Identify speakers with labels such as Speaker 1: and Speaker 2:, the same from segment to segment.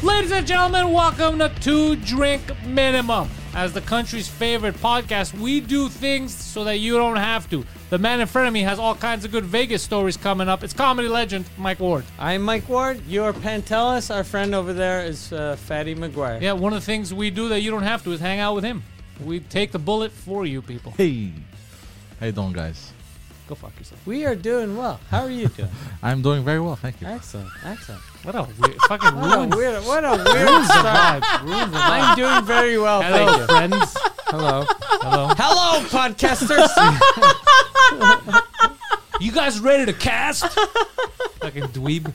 Speaker 1: Ladies and gentlemen, welcome to Two Drink Minimum. As the country's favorite podcast, we do things so that you don't have to. The man in front of me has all kinds of good Vegas stories coming up. It's comedy legend Mike Ward.
Speaker 2: I'm Mike Ward. You're Pantelis. Our friend over there is uh, Fatty McGuire.
Speaker 1: Yeah, one of the things we do that you don't have to is hang out with him. We take the bullet for you people.
Speaker 3: Hey, how you doing, guys?
Speaker 1: Go fuck yourself.
Speaker 2: We are doing well. How are you doing?
Speaker 3: I'm doing very well, thank you.
Speaker 2: excellent, excellent.
Speaker 1: What a weird, fucking
Speaker 2: What
Speaker 1: ruined
Speaker 2: a weird, what a weird start. I'm doing very well,
Speaker 1: Hello,
Speaker 2: thank you.
Speaker 1: friends.
Speaker 2: Hello,
Speaker 1: Hello.
Speaker 2: hello, podcasters.
Speaker 1: You guys ready to cast? fucking dweeb.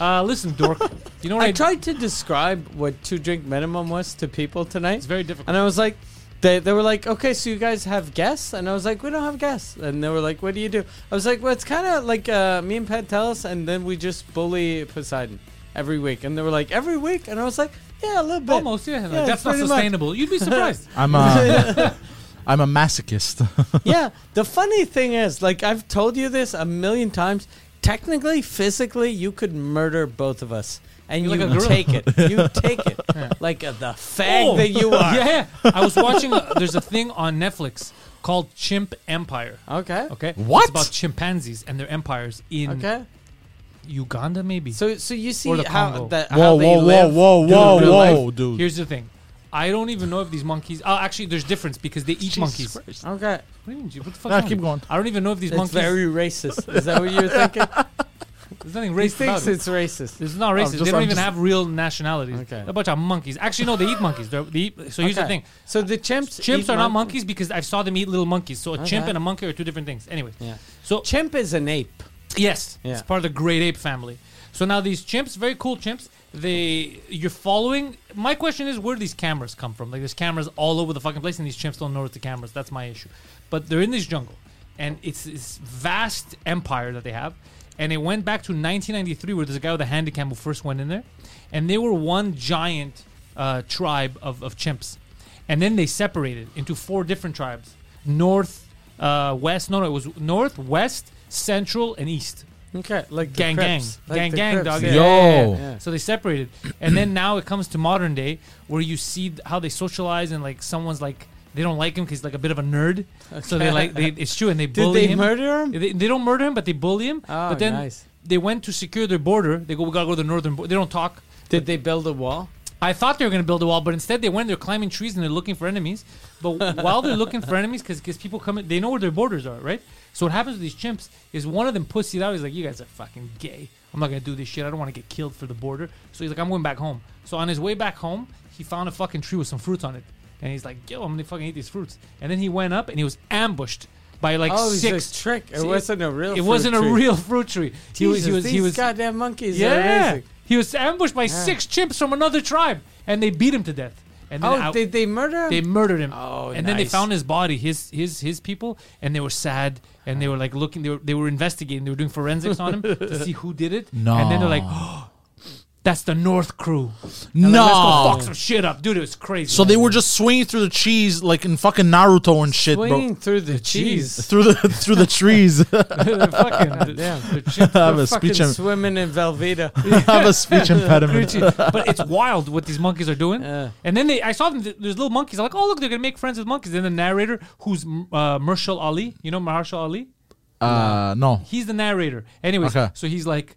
Speaker 1: Uh, listen, dork. You know what I,
Speaker 2: I tried to describe what two drink minimum was to people tonight.
Speaker 1: It's very difficult.
Speaker 2: And I was like, they, they were like, okay, so you guys have guests? And I was like, we don't have guests. And they were like, what do you do? I was like, well, it's kind of like uh, me and Pat tell us, and then we just bully Poseidon every week. And they were like, every week? And I was like, yeah, a little bit.
Speaker 1: Almost, yeah. Like,
Speaker 2: Yeah,
Speaker 1: that's not
Speaker 2: pretty much.
Speaker 1: sustainable. You'd be surprised.
Speaker 3: I'm a, I'm a masochist.
Speaker 2: yeah. The funny thing is, like, I've told you this a million times. Technically, physically, you could murder both of us. And
Speaker 1: You're
Speaker 2: you
Speaker 1: like a gorilla. Oh.
Speaker 2: take it. You take it. Like uh, the fag that you are.
Speaker 1: Yeah, I was watching. A, there's a thing on Netflix called Chimp Empire.
Speaker 2: Okay.
Speaker 1: Okay,
Speaker 3: What?
Speaker 1: It's about chimpanzees and their empires in
Speaker 2: Okay.
Speaker 1: Uganda, maybe.
Speaker 2: So, so you see
Speaker 1: Or the
Speaker 2: how
Speaker 1: Congo.
Speaker 2: that
Speaker 3: whoa,
Speaker 2: how they
Speaker 3: whoa, whoa,
Speaker 2: live?
Speaker 3: whoa,
Speaker 1: Dude,
Speaker 3: whoa,
Speaker 1: real life.
Speaker 2: Oh,
Speaker 3: whoa, dude.
Speaker 1: Here's the thing. I don't even know if these monkeys. Oh, actually, there's difference because they eat monkeys. What
Speaker 2: Okay,
Speaker 1: do you mean, dude? What the fuck?
Speaker 3: Nah,
Speaker 1: is wrong
Speaker 3: keep
Speaker 1: with you?
Speaker 3: going.
Speaker 1: I don't even know if these
Speaker 2: it's
Speaker 1: monkeys.
Speaker 2: very racist. Is that what you're thinking?
Speaker 1: there's nothing
Speaker 2: he
Speaker 1: racist
Speaker 2: thinks
Speaker 1: about it.
Speaker 2: it's racist.
Speaker 1: This is not racist.
Speaker 3: just-
Speaker 1: they don't
Speaker 3: I'm
Speaker 1: even
Speaker 3: just-
Speaker 1: have real nationalities.
Speaker 2: Okay.
Speaker 1: They're A bunch of monkeys. Actually, no, they eat monkeys. They're, they eat, so here's the
Speaker 2: Okay.
Speaker 1: thing.
Speaker 2: So the chimps,
Speaker 1: Chimps
Speaker 2: eat
Speaker 1: are not
Speaker 2: mon-
Speaker 1: monkeys because I saw them eat little monkeys. So a chimp
Speaker 2: Okay.
Speaker 1: and a monkey are two different things. Anyway,
Speaker 2: Yeah.
Speaker 1: So
Speaker 2: Chimp is an ape.
Speaker 1: Yes,
Speaker 2: Yeah.
Speaker 1: it's part of the great ape family. So now these chimps, very cool chimps. They you're following. My question is, where do these cameras come from? Like there's cameras all over the fucking place, and these chimps don't notice the cameras. That's my issue. But they're in this jungle, and it's this vast empire that they have. And it went back to 1993, where there's a guy with a handicap who first went in there, and they were one giant uh, tribe of, of chimps. And then they separated into four different tribes: north, uh, west. No, no, it was north, west, central, and east.
Speaker 2: Okay, like
Speaker 1: Gang,
Speaker 2: the
Speaker 1: gang,
Speaker 2: Crips. Like
Speaker 1: gang,
Speaker 2: the
Speaker 1: gang,
Speaker 2: Crips,
Speaker 1: dog.
Speaker 2: yeah.
Speaker 1: Yeah,
Speaker 3: Yo.
Speaker 1: yeah, yeah,
Speaker 2: Yeah.
Speaker 1: So they separated, and then now it comes to modern day where you see th- how they socialize and like someone's like they don't like him because he's like a bit of a nerd. So they like they, it's true, and they
Speaker 2: Did
Speaker 1: bully
Speaker 2: they
Speaker 1: him.
Speaker 2: murder him?
Speaker 1: They, they don't murder him, but they bully him.
Speaker 2: Oh,
Speaker 1: but then
Speaker 2: nice.
Speaker 1: they went to secure their border. They go, we gotta go to the northern. Bo-. They don't talk.
Speaker 2: Did they build a wall?
Speaker 1: I thought they were going to build a wall, but instead they went. They're climbing trees and they're looking for enemies. But while they're looking for enemies, because people come, in, they know where their borders are, right? So what happens with these chimps is one of them pussied out. He's like, "You guys are fucking gay. I'm not gonna do this shit. I don't want to get killed for the border." So he's like, "I'm going back home." So on his way back home, he found a fucking tree with some fruits on it, and he's like, "Yo, I'm gonna fucking eat these fruits." And then he went up and he was ambushed by like
Speaker 2: Oh,
Speaker 1: six.
Speaker 2: it was a trick. It
Speaker 1: See,
Speaker 2: wasn't a real.
Speaker 1: It
Speaker 2: fruit
Speaker 1: wasn't
Speaker 2: tree.
Speaker 1: a real fruit tree. He was.
Speaker 2: Jesus,
Speaker 1: He was.
Speaker 2: these
Speaker 1: He was.
Speaker 2: goddamn monkeys. Are
Speaker 1: Yeah,
Speaker 2: amazing.
Speaker 1: he was ambushed by six chimps from another tribe, and they beat him to death. And then
Speaker 2: Oh,
Speaker 1: out-
Speaker 2: did they murder him?
Speaker 1: they murdered him.
Speaker 2: Oh,
Speaker 1: and then they
Speaker 2: nice.
Speaker 1: found his body, his his his people, and they were sad, and they were like looking, they were they were investigating, they were doing forensics on him to see who did it. and then they're like, oh, that's the North Crew.
Speaker 3: no.
Speaker 1: Like, let's go fuck some shit up, dude. It was crazy.
Speaker 3: so they were just swinging through the cheese like in fucking Naruto and shit,
Speaker 2: swinging
Speaker 3: bro.
Speaker 2: through the cheese.
Speaker 3: Through the through the trees.
Speaker 1: They're fucking
Speaker 2: Damn,
Speaker 1: they're chimps.
Speaker 3: I have a
Speaker 2: fucking
Speaker 3: speech. Im-
Speaker 2: swimming in Velveeta.
Speaker 3: I have a speech impediment.
Speaker 1: but it's wild what these monkeys are doing.
Speaker 2: Yeah.
Speaker 1: And then they, I saw them. th- There's little monkeys. I'm like, oh look, they're gonna make friends with monkeys. Then the narrator, who's mm, uh, Marshall Ali, you know Marshall Ali,
Speaker 3: Uh, no.
Speaker 1: he's the narrator. Anyways,
Speaker 3: Okay.
Speaker 1: so he's like,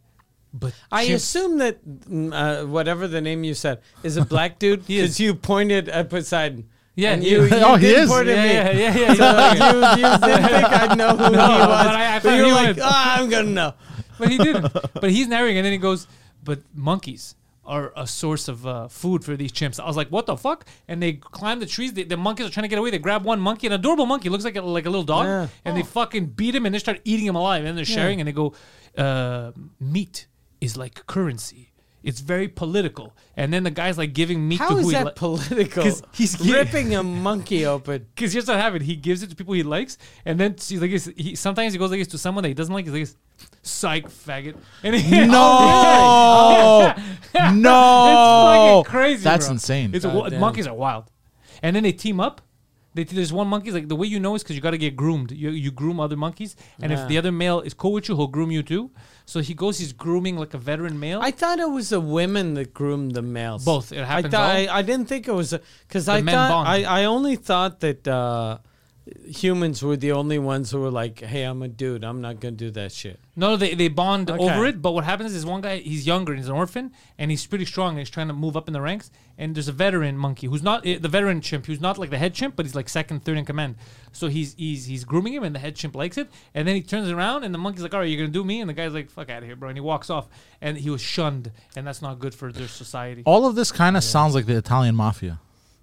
Speaker 1: but
Speaker 2: I
Speaker 1: chimps-
Speaker 2: assume that mm, uh, whatever the name you said is a black dude because you pointed at Poseidon.
Speaker 1: Yeah,
Speaker 2: and
Speaker 1: he
Speaker 2: you,
Speaker 1: is.
Speaker 2: you
Speaker 3: Oh, he
Speaker 2: didn't
Speaker 3: is?
Speaker 2: point at
Speaker 1: yeah,
Speaker 2: me.
Speaker 1: yeah, yeah, yeah, yeah.
Speaker 2: So you, you didn't think I'd know who he was.
Speaker 1: but I- I thought
Speaker 2: you're
Speaker 1: you
Speaker 2: like,
Speaker 1: would.
Speaker 2: oh, I'm gonna know.
Speaker 1: but he didn't. but he's narrating, and then he goes, "But monkeys are a source of uh, food for these chimps." I was like, "What the fuck?" And they climb the trees. The, the monkeys are trying to get away. They grab one monkey, an adorable monkey, looks like a, like a little dog,
Speaker 2: Yeah.
Speaker 1: and they fucking beat him and they start eating him alive. And they're sharing, and they go, uh, "Meat is like currency." It's very political, and then the guy's like giving meat
Speaker 2: How
Speaker 1: to
Speaker 2: is
Speaker 1: who he
Speaker 2: that
Speaker 1: li-
Speaker 2: political?
Speaker 1: 'Cause he's gi-
Speaker 2: ripping a monkey open.
Speaker 1: Because here's what happened: he gives it to people he likes, and then he's like, this- he, sometimes he goes like this to someone that he doesn't like. He's like, this, "Psych, faggot." And he,
Speaker 3: No, no,
Speaker 1: it's fucking crazy.
Speaker 3: That's
Speaker 1: bro.
Speaker 3: insane.
Speaker 1: It's
Speaker 2: God
Speaker 1: wa-
Speaker 2: damn.
Speaker 1: monkeys are wild, and then they team up. They, there's one monkey's like the way you know is because you got to get groomed. You, you groom other monkeys, and
Speaker 2: Yeah.
Speaker 1: if the other male is cool with you, he'll groom you too. So he goes, he's grooming like a veteran male.
Speaker 2: I thought it was the women that groomed the males.
Speaker 1: Both. It happens
Speaker 2: I
Speaker 1: all.
Speaker 2: thought I, I didn't think it was because I
Speaker 1: men
Speaker 2: thought
Speaker 1: bond.
Speaker 2: I, I only thought that uh, humans were the only ones who were like, "Hey, I'm a dude. I'm not gonna do that shit."
Speaker 1: No, they, they bond
Speaker 2: Okay.
Speaker 1: over it. But what happens is one guy, he's younger, and he's an orphan, and he's pretty strong, and he's trying to move up in the ranks. And there's a veteran monkey who's not eh, the veteran chimp, who's not like the head chimp, but he's like second, third in command. So he's he's he's grooming him, and the head chimp likes it. And then he turns around, and the monkey's like, "All right, you're gonna do me," and the guy's like, "Fuck out of here, bro," and he walks off. And he was shunned, and that's not good for their society.
Speaker 2: Oh.
Speaker 3: All of this kind of sounds like the Italian mafia.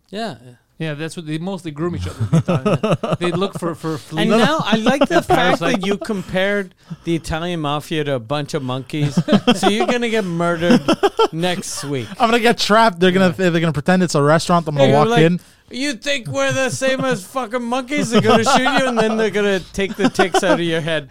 Speaker 2: Yeah.
Speaker 1: Yeah, that's what they mostly groom each other. they look for for
Speaker 2: And
Speaker 1: fleas.
Speaker 2: now I like the fact that
Speaker 1: Parasite.
Speaker 2: you compared the Italian mafia to a bunch of monkeys. so you're gonna get murdered next week.
Speaker 3: I'm gonna get trapped. They're gonna they're gonna pretend it's a restaurant. I'm gonna
Speaker 2: You're
Speaker 3: walk
Speaker 2: like,
Speaker 3: in.
Speaker 2: You think we're the same as fucking monkeys? They're gonna shoot you, and then they're gonna take the ticks out of your head.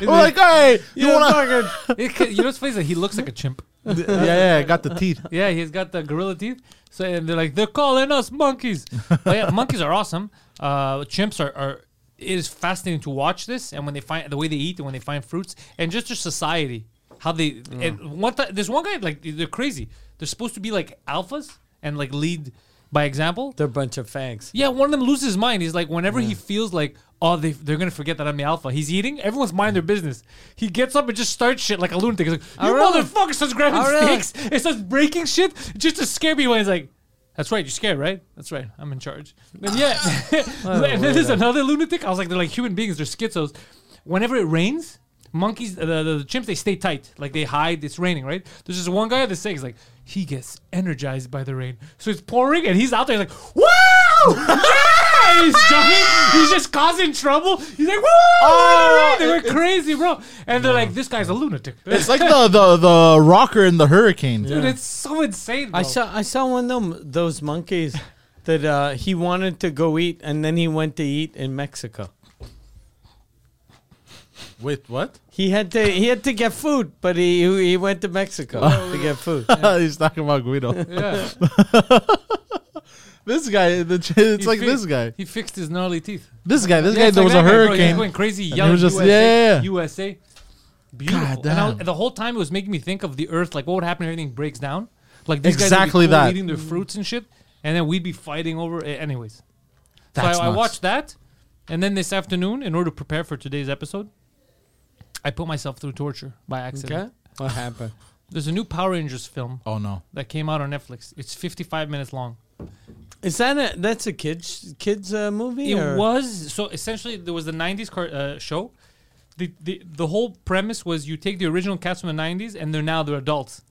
Speaker 3: We're like, all right, you,
Speaker 2: You,
Speaker 3: wanna?
Speaker 2: fucking
Speaker 1: It ca- you know what's funny? is that He looks like a chimp.
Speaker 3: yeah, yeah, I got the teeth.
Speaker 1: Yeah, he's got the gorilla teeth. So and they're like, they're calling us monkeys. but yeah, monkeys are awesome. Uh, chimps are, are. It is fascinating to watch this, and when they find the way they eat, and when they find fruits, and just their society, how they. And one time, there's one guy like they're crazy. They're supposed to be like alphas and like lead by example.
Speaker 2: they're a bunch of fags.
Speaker 1: Yeah, one of them loses his mind. He's like, whenever he feels like, oh, they, they're gonna forget that I'm the alpha. He's eating. Everyone's mind their business. He gets up and just starts shit like a lunatic. He's like, you
Speaker 2: Alright.
Speaker 1: motherfucker starts grabbing
Speaker 2: Alright.
Speaker 1: sticks and starts breaking shit just to scare people. And he's like, that's right, you're scared, right? That's right, I'm in charge. And yeah, and then there's another lunatic. I was like, they're like human beings. They're schizos. Whenever it rains. Monkeys, the, the, the chimps, they stay tight. Like they hide. It's raining, right? There's this one guy at the sink. He's like, he gets energized by the rain. So it's pouring, and he's out there. He's like, wow, yeah! He's jumping. He's just causing trouble. He's like, woo!
Speaker 3: Oh,
Speaker 1: they were crazy, bro. And they're like, this guy's a lunatic.
Speaker 3: It's like the the the rocker in the hurricane.
Speaker 1: Dude, it's so insane. Bro.
Speaker 2: I saw I saw one of them, those monkeys that uh, he wanted to go eat, and then he went to eat in Mexico.
Speaker 3: Wait, what?
Speaker 2: He had to he had to get food, but he he went to Mexico to get food.
Speaker 3: Uh, He's talking about Guido.
Speaker 1: Yeah.
Speaker 3: This guy, the, ch- it's
Speaker 1: He
Speaker 3: like
Speaker 1: fi-
Speaker 3: this guy.
Speaker 1: He fixed his gnarly teeth.
Speaker 3: This guy, this
Speaker 1: Yeah,
Speaker 3: guy.
Speaker 1: it's
Speaker 3: There
Speaker 1: like
Speaker 3: was a
Speaker 1: that guy, bro. He
Speaker 3: hurricane.
Speaker 1: went crazy,
Speaker 3: he
Speaker 1: yelling
Speaker 3: was just-
Speaker 1: USA,
Speaker 3: yeah, yeah.
Speaker 1: USA. Beautiful.
Speaker 3: God
Speaker 1: And I was-
Speaker 3: damn.
Speaker 1: the whole time it was making me think of the Earth, like what would happen if everything breaks down? Like these
Speaker 3: Exactly
Speaker 1: guys would be cool
Speaker 3: that.
Speaker 1: eating their fruits and shit, and then we'd be fighting over. It. Anyways,
Speaker 3: That's
Speaker 1: so I, I
Speaker 3: nuts.
Speaker 1: watched that, and then this afternoon, in order to prepare for today's episode, I put myself through torture by accident.
Speaker 2: Okay, what happened?
Speaker 1: There's a new Power Rangers film
Speaker 3: Oh no.
Speaker 1: that came out on Netflix. It's 55 minutes long.
Speaker 2: Is that a that's a kids kids uh, movie?
Speaker 1: It
Speaker 2: or-
Speaker 1: was so essentially there was the '90s car, uh, show. The, the the whole premise was you take the original cast from the '90s and they're now they're adults,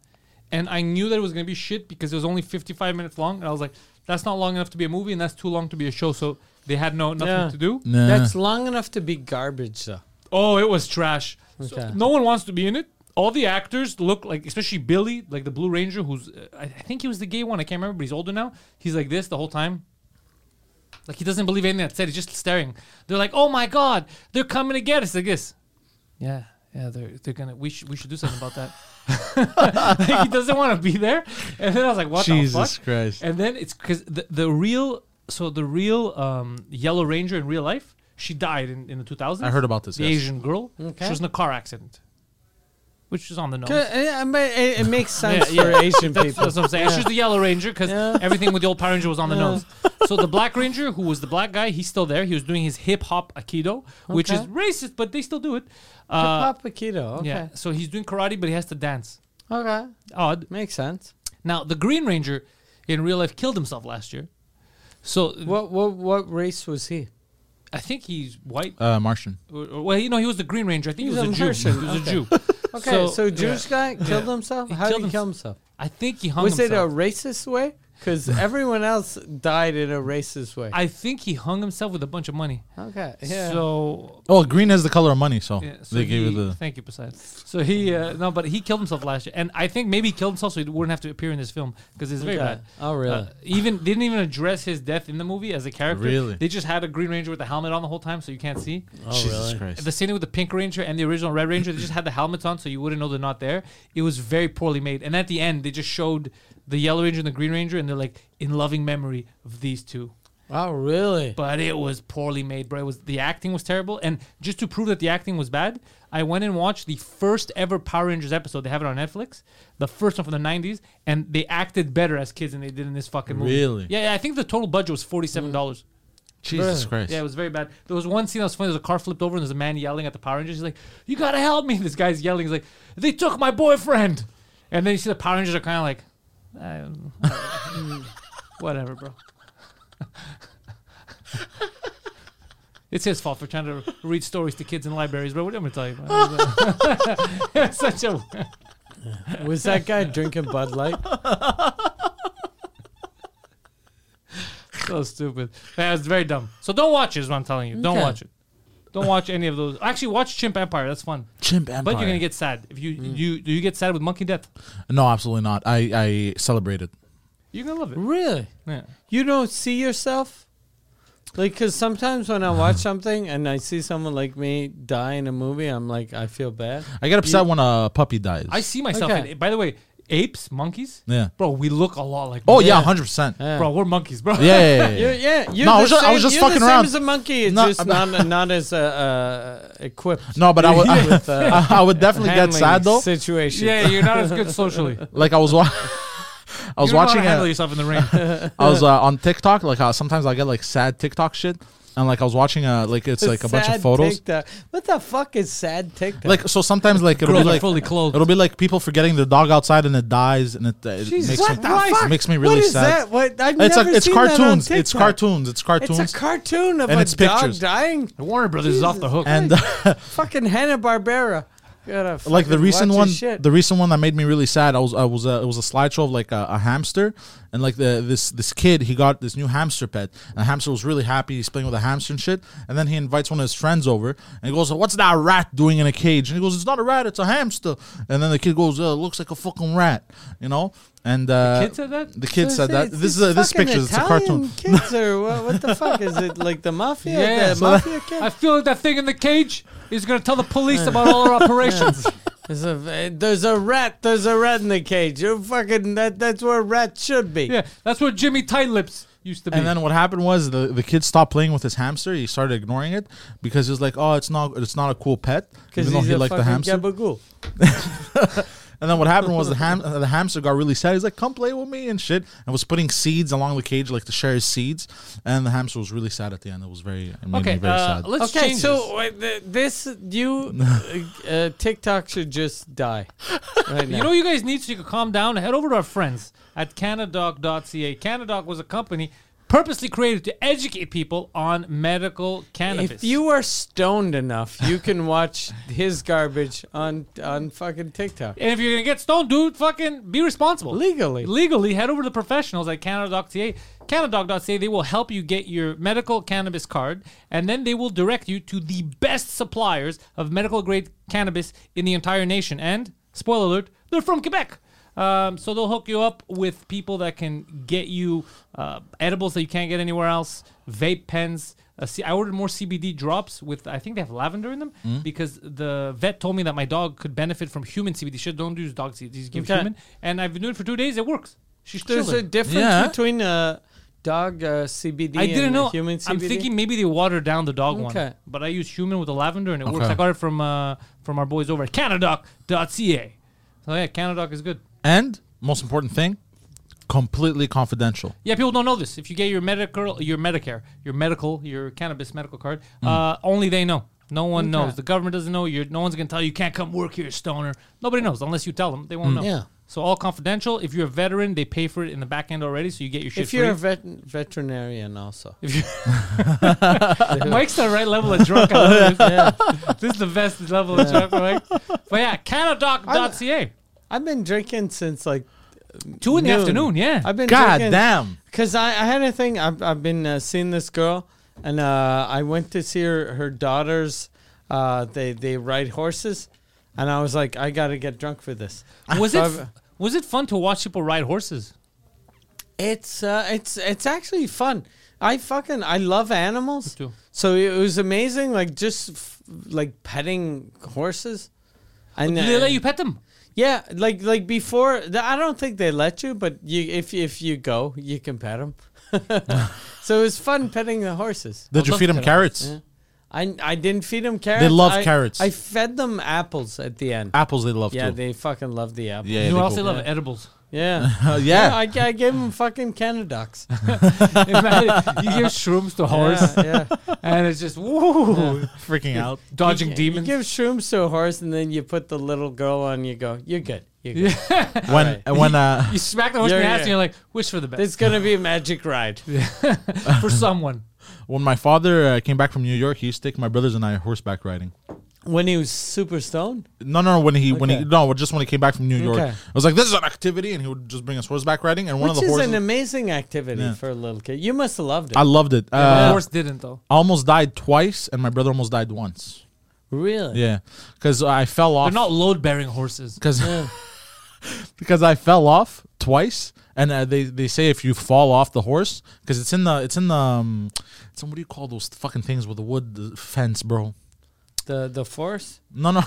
Speaker 1: and I knew that it was gonna be shit because it was only 55 minutes long, and I was like, that's not long enough to be a movie, and that's too long to be a show. So they had no nothing
Speaker 2: Yeah.
Speaker 1: to do.
Speaker 3: Nah.
Speaker 2: that's long enough to be garbage though.
Speaker 1: Oh, it was trash. So
Speaker 2: Okay.
Speaker 1: no one wants to be in it. All the actors look like, especially Billy, like the Blue Ranger, who's uh, I I think he was the gay one. I can't remember, but he's older now. He's like this the whole time. Like he doesn't believe anything that's said. He's just staring. They're like, "Oh my god, they're coming to get us!" Like this. Yeah, yeah. They're they're gonna. We should we should do something about that. like he doesn't want to be there. And then I was like, "What the fuck?"
Speaker 3: Jesus Christ.
Speaker 1: And then it's because the, the real, so the real um, Yellow Ranger in real life, she died in, in the 2000s.
Speaker 3: I heard about this,
Speaker 1: The
Speaker 3: yes.
Speaker 1: Asian girl.
Speaker 2: Okay.
Speaker 1: She was in a car accident, which is on the nose.
Speaker 2: Good, eh, I mean, It, it makes sense
Speaker 1: Yeah,
Speaker 2: for Asian
Speaker 1: That's,
Speaker 2: people.
Speaker 1: that's what I'm saying. She's the Yellow Ranger because
Speaker 2: Yeah.
Speaker 1: everything with the old Power Ranger was on the nose. So the Black Ranger, who was the black guy, he's still there. He was doing his hip hop Aikido, which is
Speaker 2: Okay.
Speaker 1: racist, but they still do it. Uh,
Speaker 2: Papa Keto. Okay.
Speaker 1: Yeah. So he's doing karate, but he has to dance.
Speaker 2: Okay.
Speaker 1: Odd.
Speaker 2: Makes sense.
Speaker 1: Now the Green Ranger, in real life, killed himself last year. So
Speaker 2: What what what race was he?
Speaker 1: I think he's white.
Speaker 3: Uh, Martian.
Speaker 1: Or- or- well, you know, he was the Green Ranger. I think he
Speaker 2: He's
Speaker 1: was a,
Speaker 2: a
Speaker 1: Jew. He
Speaker 2: Martian.
Speaker 1: was a
Speaker 2: Okay.
Speaker 1: Jew.
Speaker 2: Okay,
Speaker 1: So-
Speaker 2: so, Jewish guy killed
Speaker 1: Yeah.
Speaker 2: himself.
Speaker 1: He
Speaker 2: How
Speaker 1: killed
Speaker 2: did he kill
Speaker 1: him-
Speaker 2: himself?
Speaker 1: I think he hung
Speaker 2: Was it a
Speaker 1: himself.
Speaker 2: racist way? Because everyone else died in a racist way.
Speaker 1: I think he hung himself with a bunch of money.
Speaker 2: okay, yeah.
Speaker 1: So,
Speaker 3: Oh, green is the color of money, so,
Speaker 1: yeah, so
Speaker 3: they
Speaker 1: he,
Speaker 3: gave it the.
Speaker 1: thank you, Poseidon. So he uh, no, but he killed himself last year, and I think maybe he killed himself so he wouldn't have to appear in this film because it's very
Speaker 2: Okay.
Speaker 1: bad.
Speaker 2: Oh, really?
Speaker 1: Uh, even they didn't even address his death in the movie as a character.
Speaker 3: Really?
Speaker 1: They just had a Green Ranger with a helmet on the whole time, so you can't see.
Speaker 3: Jesus Christ.
Speaker 1: Oh, The same thing with the Pink Ranger and the original Red Ranger. They just had the helmets on, so you wouldn't know they're not there. It was very poorly made. And at the end, they just showed the Yellow Ranger and the Green Ranger, and they're like, in loving memory of these two.
Speaker 2: oh, really?
Speaker 1: But it was poorly made, bro. It was the acting was terrible. And just to prove that the acting was bad, I went and watched the first ever Power Rangers episode. They have it on Netflix, the first one from the '90s, and they acted better as kids than they did in this fucking movie.
Speaker 3: Really?
Speaker 1: Yeah, yeah, I think the total budget was forty-seven dollars.
Speaker 3: Jesus Christ.
Speaker 1: Yeah, it was very bad. There was one scene that was funny. There's a car flipped over and there's a man yelling at the Power Rangers. He's like, "You gotta help me!" This guy's yelling. He's like, "They took my boyfriend!" And then you see the Power Rangers are kind of like, um, "Whatever, bro." It's his fault for trying to read stories to kids in libraries, bro. What am I gonna tell you? Bro? Such a
Speaker 2: Was that guy drinking Bud Light?
Speaker 1: so stupid. That was very dumb. So don't watch it. Is what I'm telling you. Don't
Speaker 2: Okay.
Speaker 1: watch it. Don't watch any of those. Actually, watch Chimp Empire. That's fun.
Speaker 3: Chimp Empire.
Speaker 1: But you're gonna get sad if you
Speaker 3: Mm.
Speaker 1: you do you get sad with monkey death.
Speaker 3: No, absolutely not. I, I celebrated.
Speaker 1: You're gonna love it.
Speaker 2: really?
Speaker 1: Yeah.
Speaker 2: You don't see yourself? Like, because sometimes when I watch something and I see someone like me die in a movie, I'm like, I feel bad.
Speaker 3: I get upset when a puppy dies.
Speaker 1: I see myself.
Speaker 2: Okay.
Speaker 1: In, by the way, apes, monkeys.
Speaker 3: Yeah.
Speaker 1: Bro, we look a lot like.
Speaker 3: oh,
Speaker 1: monkeys.
Speaker 3: yeah, 100%. Yeah,
Speaker 1: Bro, we're monkeys, bro.
Speaker 3: yeah, yeah, yeah.
Speaker 2: You're, yeah, you're
Speaker 3: No, I
Speaker 2: the
Speaker 3: was just- I
Speaker 2: same-
Speaker 3: was just
Speaker 2: you're the
Speaker 3: fucking
Speaker 2: same
Speaker 3: around.
Speaker 2: as a monkey. It's
Speaker 3: No,
Speaker 2: just not not as uh, uh, equipped.
Speaker 3: No, but I would, I,
Speaker 2: With, uh,
Speaker 3: I would definitely get
Speaker 2: handling
Speaker 3: sad though.
Speaker 2: Situation.
Speaker 1: Yeah, you're not as good socially. I
Speaker 3: Like I was, wa- I was
Speaker 1: you don't know how to
Speaker 3: watching.
Speaker 1: handle
Speaker 3: A,
Speaker 1: yourself in the rain.
Speaker 3: I was uh, on TikTok. Like uh, sometimes I get like sad TikTok shit, and like I was watching a like it's like a bunch of
Speaker 2: Sad
Speaker 3: photos.
Speaker 2: TikTok. What the fuck is sad TikTok?
Speaker 3: Like so sometimes like it'll
Speaker 1: Girls
Speaker 3: be
Speaker 1: are
Speaker 3: like
Speaker 1: fully clothed.
Speaker 3: it'll be like people forgetting their dog outside and it dies and it, uh, it
Speaker 2: Jesus,
Speaker 3: makes
Speaker 2: what
Speaker 3: me,
Speaker 2: the fuck?
Speaker 3: makes me really
Speaker 2: what is
Speaker 3: sad.
Speaker 2: That? What? I've
Speaker 3: It's like
Speaker 2: never
Speaker 3: it's
Speaker 2: seen that on
Speaker 3: cartoons. It's
Speaker 2: TikTok.
Speaker 3: cartoons. It's cartoons.
Speaker 2: It's a cartoon of
Speaker 3: And
Speaker 2: a
Speaker 3: it's
Speaker 2: dog
Speaker 3: pictures.
Speaker 2: dying.
Speaker 1: Warner Brothers is off the hook.
Speaker 3: and
Speaker 2: Fucking Hanna Barbera.
Speaker 3: like the recent one,
Speaker 2: Shit.
Speaker 3: the recent one that made me really sad. I was, I was, uh, it was a slideshow of like a, a hamster, and like the this this kid, he got this new hamster pet. And the hamster was really happy. He's playing with a hamster and shit. And then he invites one of his friends over, and he goes, "What's that rat doing in a cage?" And he goes, "It's not a rat, it's a hamster." And then the kid goes, uh, "Looks like a fucking rat," you know. And uh,
Speaker 1: kid said that?
Speaker 3: The kid said that. This is a, this
Speaker 2: fucking
Speaker 3: picture. It's a
Speaker 2: Italian
Speaker 3: cartoon.
Speaker 2: Kids or what, what the fuck is it? Like the mafia?
Speaker 1: Yeah,
Speaker 2: the
Speaker 1: so
Speaker 2: mafia kid.
Speaker 1: I feel like that thing in the cage is gonna tell the police about all our operations.
Speaker 2: There's a, uh, there's a rat. There's a rat in the cage. You fucking that. That's where rats should be.
Speaker 1: yeah, that's what Jimmy Tight Lips used to be.
Speaker 3: And then what happened was the, the kid stopped playing with his hamster. He started ignoring it because he was like, "Oh, it's not it's not a cool pet."
Speaker 2: Because
Speaker 3: Even though
Speaker 2: he's
Speaker 3: he
Speaker 2: a
Speaker 3: liked the
Speaker 2: fucking
Speaker 3: hamster.
Speaker 2: gabagool.
Speaker 3: And then what happened was the ham the hamster got really sad. He's like, "Come play with me and shit," and was putting seeds along the cage like to share his seeds. And the hamster was really sad at the end. It was very it made
Speaker 1: okay,
Speaker 3: me very
Speaker 1: uh,
Speaker 3: sad.
Speaker 1: let's
Speaker 2: Okay,
Speaker 1: change
Speaker 2: so uh, th- this you uh, uh, TikTok should just die right
Speaker 1: You
Speaker 2: now.
Speaker 1: know what you guys need so you can calm down? Head over to our friends at canadoc.ca. Canadoc was a company purposely created to educate people on medical cannabis.
Speaker 2: if you are stoned enough, you can watch his garbage on on fucking TikTok.
Speaker 1: and if you're going to get stoned, dude, fucking be responsible.
Speaker 2: Legally.
Speaker 1: Legally, head over to the professionals at canadoc.ca. Canadoc.ca, they will help you get your medical cannabis card, and then they will direct you to the best suppliers of medical grade cannabis in the entire nation. And, spoiler alert, they're from Quebec. Um, so they'll hook you up with people that can get you uh, edibles that you can't get anywhere else, vape pens. Uh, see, I ordered more CBD drops with I think they have lavender in them because the vet told me that my dog could benefit from human CBD. Shit, don't use dog CBD, just give
Speaker 2: Okay.
Speaker 1: human. And I've been doing it for two days. It works. She's
Speaker 2: There's a
Speaker 1: chilling.
Speaker 2: difference
Speaker 3: Yeah.
Speaker 2: between uh, dog uh, CBD.
Speaker 1: I didn't
Speaker 2: and uh,
Speaker 1: know.
Speaker 2: human CBD.
Speaker 1: I'm thinking maybe they watered down the dog one,
Speaker 2: Okay.
Speaker 1: but I use human with the lavender and it works.
Speaker 3: Okay.
Speaker 1: I got it from uh, from our boys over at Canadoc.ca. So yeah, Canadoc is good.
Speaker 3: and most important thing, completely confidential.
Speaker 1: Yeah, people don't know this. If you get your medical, your Medicare, your medical, your cannabis medical card, uh, only they know. No one knows. The government doesn't know. You're, no one's gonna tell you you can't come work here, stoner. Nobody knows unless you tell them. They won't know.
Speaker 2: Hmm. Yeah.
Speaker 1: So all confidential. If you're a veteran, they pay for it in the back end already, so you get your shit
Speaker 2: if you're a
Speaker 1: free.
Speaker 2: vet- veterinarian, also.
Speaker 1: if you Mike's the right level of drunk. I love this. this is the best level of drunk, Mike. But yeah, Canadoc.ca.
Speaker 2: I've been drinking since like
Speaker 1: Two in the
Speaker 2: noon.
Speaker 1: afternoon. Yeah.
Speaker 2: I've been
Speaker 3: God
Speaker 2: drinking,
Speaker 3: damn.
Speaker 2: Cause I, I had a thing. I've, I've been uh, seeing this girl, and uh, I went to see her. Her daughters, uh, they they ride horses, and I was like, I gotta get drunk for this.
Speaker 1: was it f-
Speaker 2: So I've-
Speaker 1: was it fun to watch people ride horses?
Speaker 2: It's uh, it's it's actually fun. I fucking I love animals.
Speaker 1: Me too.
Speaker 2: So it was amazing, like just f- like petting horses. And
Speaker 1: Did they let you pet them?
Speaker 2: yeah, like like before, th- I don't think they let you, but you if if you go, you can pet them. so it was fun petting the horses.
Speaker 3: Did you
Speaker 1: love
Speaker 3: feed
Speaker 1: to
Speaker 3: him
Speaker 1: get out.
Speaker 3: carrots?
Speaker 2: I I didn't feed them carrots.
Speaker 3: love
Speaker 2: I-
Speaker 3: carrots.
Speaker 2: I fed them apples at the end.
Speaker 3: Apples they love
Speaker 2: yeah,
Speaker 3: too.
Speaker 2: they fucking love the apple.
Speaker 3: yeah,
Speaker 1: you know
Speaker 3: they
Speaker 1: what else
Speaker 3: go-
Speaker 1: they love? Edibles.
Speaker 2: Yeah,
Speaker 3: Uh,
Speaker 2: yeah.
Speaker 3: yeah.
Speaker 2: I, I gave them fucking Canadox.
Speaker 1: Imagine, you give shrooms to a horse,
Speaker 2: Yeah, yeah.
Speaker 1: and it's just woo,
Speaker 3: Freaking out.
Speaker 1: dodging
Speaker 2: You-
Speaker 1: demons.
Speaker 2: You give shrooms to a horse, and then you put the little girl on. You go, you're good. You're good.
Speaker 3: When when uh
Speaker 1: You smack the horse in
Speaker 2: Yeah,
Speaker 1: the ass,
Speaker 2: yeah.
Speaker 1: and you're like, "Wish for the best
Speaker 2: There's gonna be a magic ride.
Speaker 1: for someone."
Speaker 3: when my father uh, came back from New York, he used to take my brothers and I horseback riding.
Speaker 2: When he was super stoned,
Speaker 3: No, no, no. When he, when he,
Speaker 2: Okay.
Speaker 3: no, just when he came back from New York,
Speaker 2: Okay.
Speaker 3: I was like, "This is an activity," and he would just bring us horseback riding. And one
Speaker 2: which
Speaker 3: of the
Speaker 2: is
Speaker 3: horses,
Speaker 2: an amazing activity
Speaker 3: Yeah.
Speaker 2: for a little kid. You must have loved it.
Speaker 3: I loved it.
Speaker 1: the
Speaker 3: Uh,
Speaker 1: horse didn't though.
Speaker 3: I almost died twice, and my brother almost died once.
Speaker 2: really?
Speaker 3: Yeah, because I fell
Speaker 1: They're
Speaker 3: off.
Speaker 1: not load bearing horses.
Speaker 3: because because I fell off twice, and uh, they they say if you fall off the horse, because it's in the it's in the um, it's in, what do you call those fucking things with the wood the fence, bro?
Speaker 2: The the force.
Speaker 3: No, no,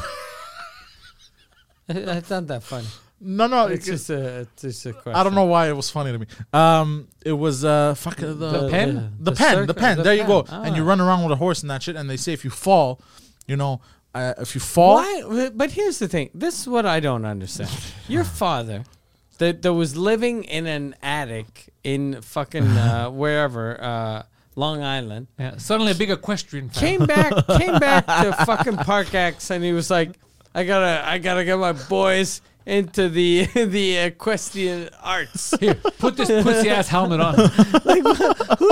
Speaker 2: it's not that funny.
Speaker 3: no, no.
Speaker 2: It's
Speaker 3: it-
Speaker 2: just a it's just a question.
Speaker 3: I don't know why it was funny to me. Um, it was uh, fuck the,
Speaker 2: The pen?
Speaker 3: the,
Speaker 2: The
Speaker 3: pen, the
Speaker 2: circle-
Speaker 3: pen.
Speaker 2: the
Speaker 3: there you go.
Speaker 2: pen.
Speaker 3: And you
Speaker 2: Ah.
Speaker 3: run around with a horse and that shit. And they say if you fall, you know, uh, if you fall,
Speaker 2: Why? But here's the thing. This is what I don't understand. Your father, that that was living in an attic in fucking uh, wherever uh, Long Island,
Speaker 1: Yeah, suddenly a big equestrian. fan.
Speaker 2: came back, came back to fucking Park X, and he was like, "I gotta, I gotta get my boys into the the equestrian arts."
Speaker 1: Here, put this pussy ass helmet on.
Speaker 2: Who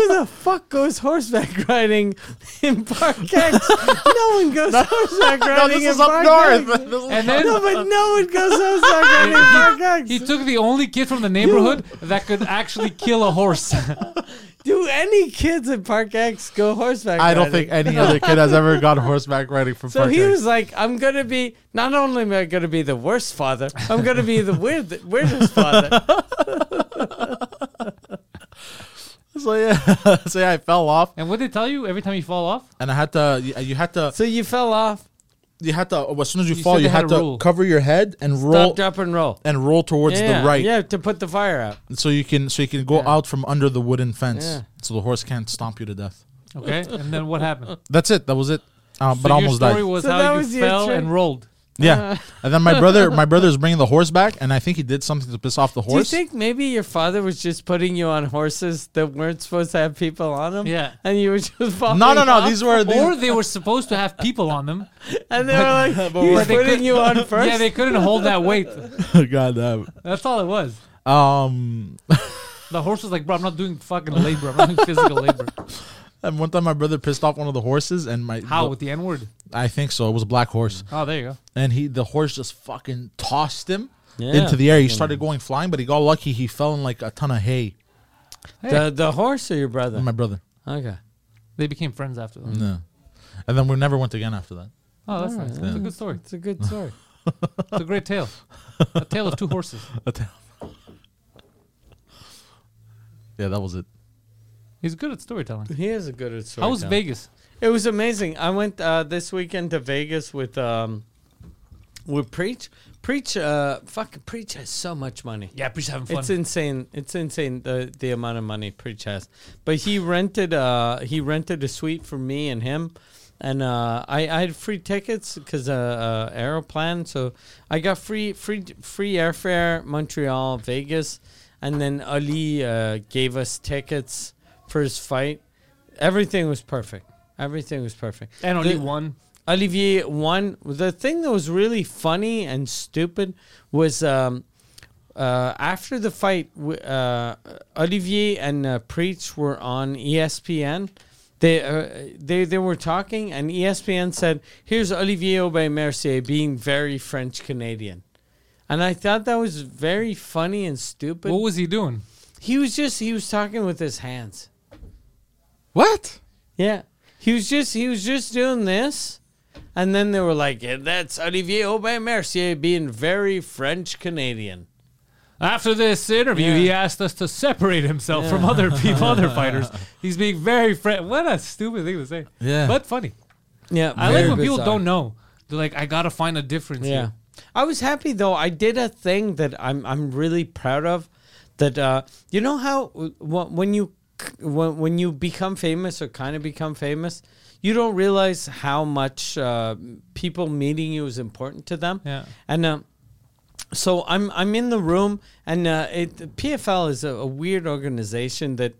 Speaker 2: the fuck goes horseback riding in Park X? No one goes horseback
Speaker 3: No,
Speaker 2: riding
Speaker 3: this is
Speaker 2: in
Speaker 3: up
Speaker 2: Park
Speaker 3: north.
Speaker 2: X.
Speaker 3: This is-
Speaker 1: And then
Speaker 2: No, but no one goes horseback riding in Park X.
Speaker 1: he took the only kid from the neighborhood that could actually kill a horse.
Speaker 2: Do any kids at Park X go horseback?
Speaker 3: I don't
Speaker 2: riding?
Speaker 3: think any other kid has ever got horseback riding from.
Speaker 2: So
Speaker 3: Park
Speaker 2: he
Speaker 3: X.
Speaker 2: was like, "I'm gonna be not only am I gonna be the worst father, I'm gonna be the weird, weirdest father."
Speaker 3: So yeah, so yeah, I fell off,
Speaker 1: and what they tell you every time you fall off?
Speaker 3: and I had to. uh, You, you had to.
Speaker 2: So you fell off,
Speaker 3: You had to. As soon as you,
Speaker 1: You
Speaker 3: fall,
Speaker 1: said
Speaker 3: you
Speaker 1: they had
Speaker 3: had,
Speaker 1: a
Speaker 3: to
Speaker 1: rule.
Speaker 3: cover your head and roll
Speaker 2: stop, drop, and roll.
Speaker 3: and roll towards
Speaker 2: yeah,
Speaker 3: the right,
Speaker 2: yeah, to put the fire out.
Speaker 3: so you can so you can go out from under the wooden fence,
Speaker 2: Yeah.
Speaker 3: so the horse can't stomp you to death.
Speaker 1: Okay, and then what happened?
Speaker 3: That's it. That was it. Um, but
Speaker 1: so
Speaker 3: I
Speaker 1: your
Speaker 3: almost
Speaker 1: story
Speaker 3: died.
Speaker 1: was
Speaker 2: So that
Speaker 1: how
Speaker 2: was
Speaker 1: you
Speaker 2: your
Speaker 1: fell
Speaker 2: trick.
Speaker 1: and rolled.
Speaker 3: Yeah, and then my brother, my brother's bringing the horse back, and I think he did something to piss off the
Speaker 2: Do you
Speaker 3: horse.
Speaker 2: think maybe your father was just putting you on horses that weren't supposed to have people on them?
Speaker 1: Yeah.
Speaker 2: and you were just falling.
Speaker 3: no, no, no.
Speaker 2: off?
Speaker 3: These were
Speaker 1: Or
Speaker 3: these,
Speaker 1: they were supposed to have people on them.
Speaker 2: and they were like,
Speaker 1: But
Speaker 2: "He's
Speaker 1: they
Speaker 2: putting
Speaker 1: couldn't-
Speaker 2: you on first?
Speaker 1: Yeah, they couldn't hold that weight.
Speaker 3: God damn.
Speaker 1: That's all it was.
Speaker 3: Um,
Speaker 1: The horse was like, bro, I'm not doing fucking labor. I'm not doing physical labor.
Speaker 3: and one time my brother pissed off one of the horses, and my
Speaker 1: How? With the N word?
Speaker 3: I think so. It was a black
Speaker 2: Mm.
Speaker 3: horse,
Speaker 1: Oh, there you go.
Speaker 3: and he the horse just fucking tossed him
Speaker 2: Yeah.
Speaker 3: into the air. He started going flying, but he got lucky. He fell in like a ton of hay.
Speaker 2: the the horse or your brother?
Speaker 3: My brother.
Speaker 2: Okay,
Speaker 1: They became friends after that.
Speaker 3: No. And then we never went again after that.
Speaker 1: Oh, that's nice. That's a good story.
Speaker 2: it's a good story.
Speaker 1: It's a great tale. A tale of two horses.
Speaker 3: Yeah, that was it.
Speaker 1: He's good at storytelling.
Speaker 2: he is a good story.
Speaker 1: How was Vegas?
Speaker 2: It was amazing. I went uh, this weekend to Vegas with um, with Preach. Preach, uh, fuck, Preach has so much money.
Speaker 1: Yeah, Preach having
Speaker 2: It's insane. It's insane the the amount of money Preach has. But he rented uh he rented a suite for me and him, and uh, I I had free tickets because uh, uh Aeroplan, so I got free free free airfare Montreal Vegas, and then Ali uh, gave us tickets for his fight. Everything was perfect. Everything was perfect.
Speaker 1: and
Speaker 2: The-
Speaker 1: only one.
Speaker 2: Olivier won. The thing that was really funny and stupid was um, uh, after the fight, w- uh, Olivier and uh, Preach were on E ESPN. They, uh, they they were talking, and E ESPN said, "Here's Olivier Aubin Mercier being very French Canadian," and I thought that was very funny and stupid.
Speaker 1: what was he doing?
Speaker 2: he was just he was talking with his hands.
Speaker 3: What?
Speaker 2: Yeah. He was just he was just doing this. And then they were like, "Eh, that's Olivier Aubin Mercier being very French Canadian.
Speaker 1: After this interview,
Speaker 2: Yeah.
Speaker 1: he asked us to separate himself from other people, other fighters. He's being very friend. What a stupid thing to say.
Speaker 3: Yeah.
Speaker 1: but funny.
Speaker 2: Yeah.
Speaker 1: I like when people don't know. They're like, I gotta find a difference.
Speaker 2: Yeah.
Speaker 1: here.
Speaker 2: I was happy though. I did a thing that I'm I'm really proud of. That uh, you know how w- wh- when you c- when when you become famous or kind of become famous, you don't realize how much uh, people meeting you is important to them.
Speaker 1: Yeah.
Speaker 2: And uh, so I'm I'm in the room, and uh, it, PFL is a, a weird organization that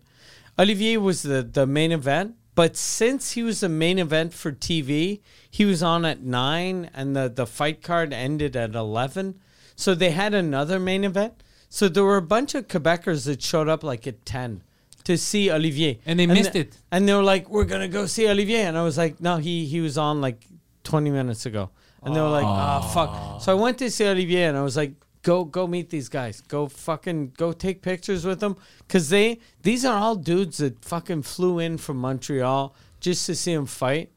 Speaker 2: Olivier was the the main event, but since he was the main event for TV, he was on at nine, and the the fight card ended at eleven, so they had another main event. So there were a bunch of Quebecers that showed up like at ten to see Olivier,
Speaker 1: And they missed it.
Speaker 2: and they were like, "We're gonna go see Olivier," and I was like, "No, he he was on like 20 minutes ago," and they were like, "Ah, fuck." So I went to see Olivier, and I was like, "Go go meet these guys. Go fucking go take pictures with them, cause they these are all dudes that fucking flew in from Montreal just to see him fight."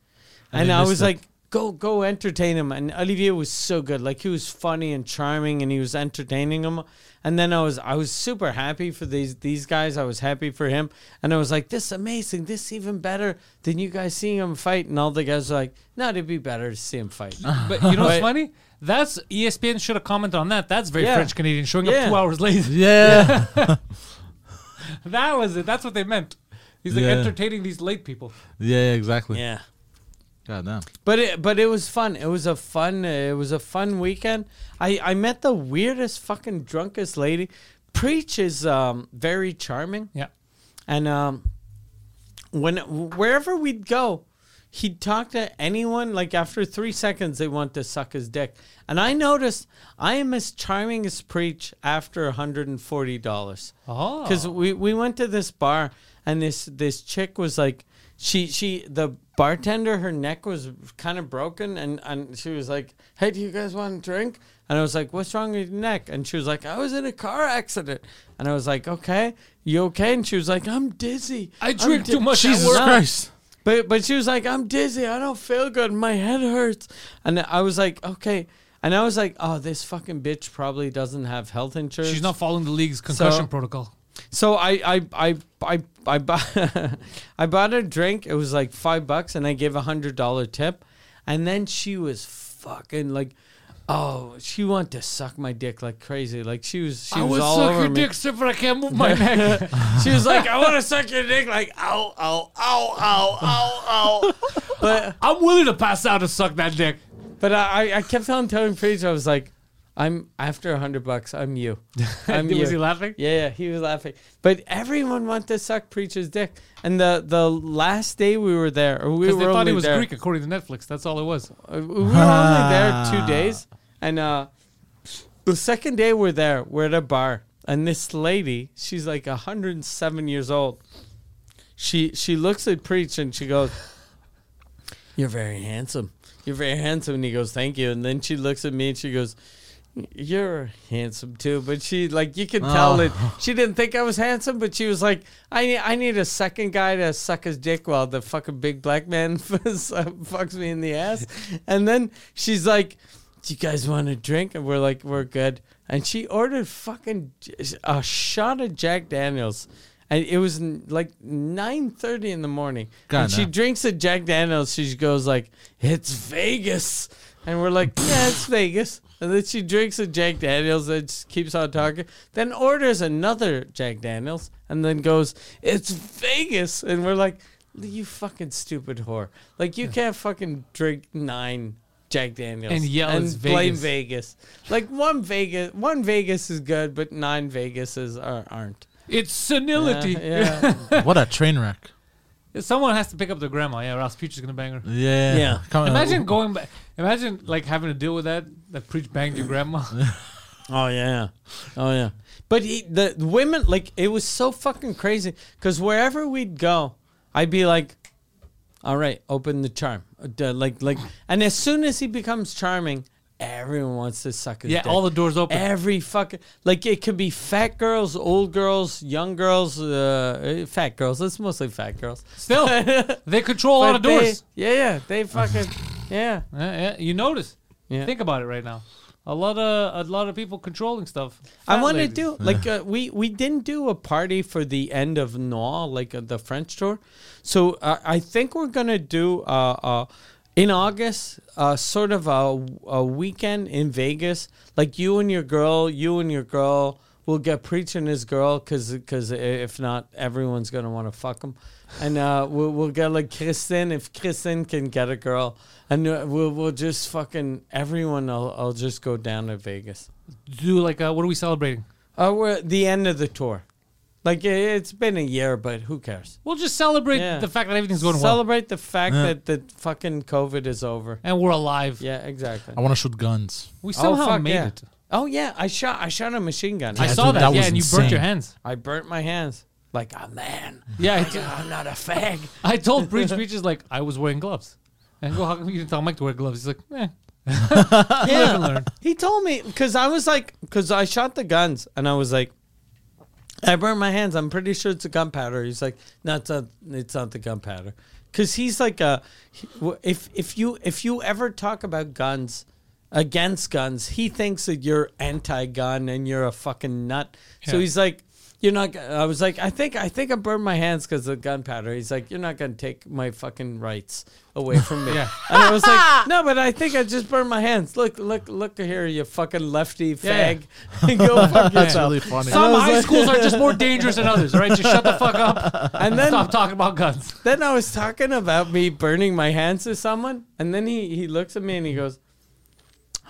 Speaker 2: And,
Speaker 3: they
Speaker 2: I
Speaker 3: missed
Speaker 2: was
Speaker 3: it.
Speaker 2: like, "Go go entertain him." And Olivier was so good. Like he was funny and charming, and he was entertaining him. And then I was I was super happy for these these guys. I was happy for him, and I was like, "This is amazing. This is even better than you guys seeing him fight." And all the guys were like, "No, it'd be better to see him fight."
Speaker 1: But you know what's
Speaker 2: Right.
Speaker 1: funny? That's E ESPN should have commented on that. That's very
Speaker 2: Yeah.
Speaker 1: French Canadian showing
Speaker 2: Yeah.
Speaker 1: up two hours late.
Speaker 3: Yeah.
Speaker 1: that was it. That's what they meant. He's like
Speaker 3: Yeah.
Speaker 1: entertaining these late people.
Speaker 3: Yeah, exactly.
Speaker 2: yeah.
Speaker 3: God damn.
Speaker 2: But it, but it was fun. It was a fun. It was a fun weekend. I I met the weirdest fucking drunkest lady. Preach is um, very charming.
Speaker 1: Yeah.
Speaker 2: And um, when wherever we'd go, he'd talk to anyone. Like after three seconds, they want to suck his dick. And I noticed I am as charming as preach after hundred and forty dollars.
Speaker 1: Oh.
Speaker 2: because we we went to this bar and this this chick was like. She she the bartender her neck was kind of broken and and she was like hey do you guys want a drink and I was like what's wrong with your neck and she was like I was in a car accident and I was like okay you okay and she was like I'm dizzy
Speaker 1: I
Speaker 2: I'm
Speaker 1: drink too much at
Speaker 3: Jesus
Speaker 1: work.
Speaker 2: No.
Speaker 3: Christ.
Speaker 2: But but she was like, I'm dizzy. I don't feel good. My head hurts. And I was like, okay. And I was like, oh, this fucking bitch probably doesn't have health insurance.
Speaker 1: She's not following the league's concussion
Speaker 2: So-
Speaker 1: protocol.
Speaker 2: So I I I I I bought I bought her a drink. It was like five bucks, and I gave a hundred dollar tip. And then she was fucking like, oh, she wanted to suck my dick like crazy. Like she was she
Speaker 1: I
Speaker 2: was
Speaker 1: would
Speaker 2: all
Speaker 1: suck
Speaker 2: over
Speaker 1: your
Speaker 2: me.
Speaker 1: dick except for I can't move my neck.
Speaker 2: She was like, I want to suck your dick. Like ow ow ow ow ow ow. But
Speaker 1: I'm willing to pass out to suck that dick.
Speaker 2: But I, I- I kept on telling Preach, I was like, I'm after a hundred bucks, I'm you. I'm
Speaker 1: Was
Speaker 2: you.
Speaker 1: he laughing?
Speaker 2: Yeah, yeah, he was laughing. But everyone wanted to suck Preacher's dick. And the the last day we were there, or we
Speaker 1: Because
Speaker 2: were
Speaker 1: they thought
Speaker 2: only
Speaker 1: he was
Speaker 2: there,
Speaker 1: Greek, according to Netflix. That's all it was.
Speaker 2: uh, We were only there two days, and uh, the second day we're there, we're at a bar, and this lady, she's like 107 years old. She she looks at Preach and she goes, "You're very handsome. You're very handsome." And he goes, "Thank you." And then she looks at me and she goes. You're handsome too, but she like you can tell that she didn't think I was handsome, but she was like, I need I need a second guy to suck his dick while the fucking big black man fucks me in the ass, and then she's like, Do you guys want a drink? And we're like, We're good. And she ordered fucking j- a shot of Jack Daniels, and it was n- like nine thirty in the morning, and
Speaker 3: God,
Speaker 2: she
Speaker 3: no.
Speaker 2: drinks a Jack Daniels. She goes like, "It's Vegas," and we're like, "Yeah, it's Vegas." And then she drinks a Jack Daniels and just keeps on talking. Then orders another Jack Daniels and then goes, "It's Vegas," and we're like, "You fucking stupid whore! Like you can't fucking drink nine Jack Daniels
Speaker 1: And yell, "It's
Speaker 2: blame
Speaker 1: Vegas."
Speaker 2: Vegas." Like one Vegas, one Vegas is good, but nine Vegases are, aren't.
Speaker 1: It's
Speaker 2: Yeah,
Speaker 1: senility.
Speaker 2: yeah.
Speaker 3: what a train wreck.
Speaker 1: Someone has to pick up the grandma. Yeah, or else Peach is gonna bang her.
Speaker 3: Yeah.
Speaker 2: Yeah.
Speaker 3: Come on.
Speaker 1: Imagine going back. Imagine like having to deal with that. That preach banged your grandma.
Speaker 2: Oh yeah, oh yeah. But he, the women, like, it was so fucking crazy. Cause wherever we'd go, I'd be like, "All right, open the charm." Uh, duh, Like, like, and as soon as he becomes charming, everyone wants to suck his
Speaker 1: Yeah,
Speaker 2: dick.
Speaker 1: all the doors open.
Speaker 2: Every fucking like, it could be fat girls, old girls, young girls, uh, uh, fat girls. It's mostly fat girls.
Speaker 1: Still, they control a lot
Speaker 2: But
Speaker 1: of doors.
Speaker 2: They, yeah, yeah, they fucking yeah.
Speaker 1: Yeah, yeah, you notice.
Speaker 2: Yeah.
Speaker 1: Think about it right now. A lot of a lot of people controlling stuff.
Speaker 2: I
Speaker 1: Fat
Speaker 2: want to
Speaker 1: ladies.
Speaker 2: do like uh, we we didn't do a party for the end of Noir, like uh, the French tour. So uh, I think we're gonna do uh, uh, in August, uh, sort of a, a weekend in Vegas. Like you and your girl, you and your girl will get preaching his girl because if not, everyone's gonna want to fuck him. And uh, we'll, we'll get like Kristen if Kristen can get a girl, and uh, we'll we'll just fucking everyone. I'll I'll just go down to Vegas.
Speaker 1: do like uh, what are we celebrating?
Speaker 2: Uh, we're at the end of the tour. Like i- it's been a year, but who cares?
Speaker 1: We'll just celebrate
Speaker 2: Yeah.
Speaker 1: the fact that everything's going well
Speaker 2: Celebrate the fact that the fucking COVID is over.
Speaker 1: and we're alive.
Speaker 2: Yeah, exactly.
Speaker 3: I want to shoot guns.
Speaker 1: We
Speaker 2: Oh,
Speaker 1: somehow
Speaker 2: fuck
Speaker 1: made
Speaker 2: yeah.
Speaker 1: it.
Speaker 2: Oh yeah, I shot. I shot a machine gun.
Speaker 1: I
Speaker 2: I,
Speaker 3: Yeah,
Speaker 1: saw
Speaker 3: dude,
Speaker 1: that.
Speaker 3: that
Speaker 1: yeah,
Speaker 3: was
Speaker 1: and you burnt your
Speaker 3: insane.
Speaker 1: hands.
Speaker 2: burnt my hands like a man.
Speaker 1: Yeah, I, t-
Speaker 2: I'm not a fag.
Speaker 1: I told Breach. Breach is like, I was wearing gloves. And I go, how come you didn't tell Mike to wear gloves? He's like, eh. yeah. learn.
Speaker 2: He told me because I was like, because I shot the guns and I was like, I burnt my hands. I'm pretty sure it's a gunpowder. He's like, no, it's not. It's not the gunpowder. Because he's like a, he- w- if if you if you ever talk about guns, against guns, he thinks that you're anti-gun and you're a fucking nut. So
Speaker 1: Yeah.
Speaker 2: he's like, you're not. g- I was like, I think I think I burned my hands because of gunpowder. He's like, you're not gonna take my fucking rights away from me.
Speaker 1: Yeah.
Speaker 2: And I was like, no, but I think I just burned my hands. Look, look, look here, you fucking lefty
Speaker 1: Yeah.
Speaker 2: fag. Go fuck
Speaker 3: That's
Speaker 2: yourself.
Speaker 3: really funny.
Speaker 1: Some
Speaker 2: was
Speaker 1: high
Speaker 2: like-
Speaker 1: schools are just more dangerous than others, all right? Just shut the fuck up
Speaker 2: And
Speaker 1: and
Speaker 2: then
Speaker 1: stop talking about guns.
Speaker 2: then I was talking about me burning my hands to someone, and then he, he looks at me and he goes,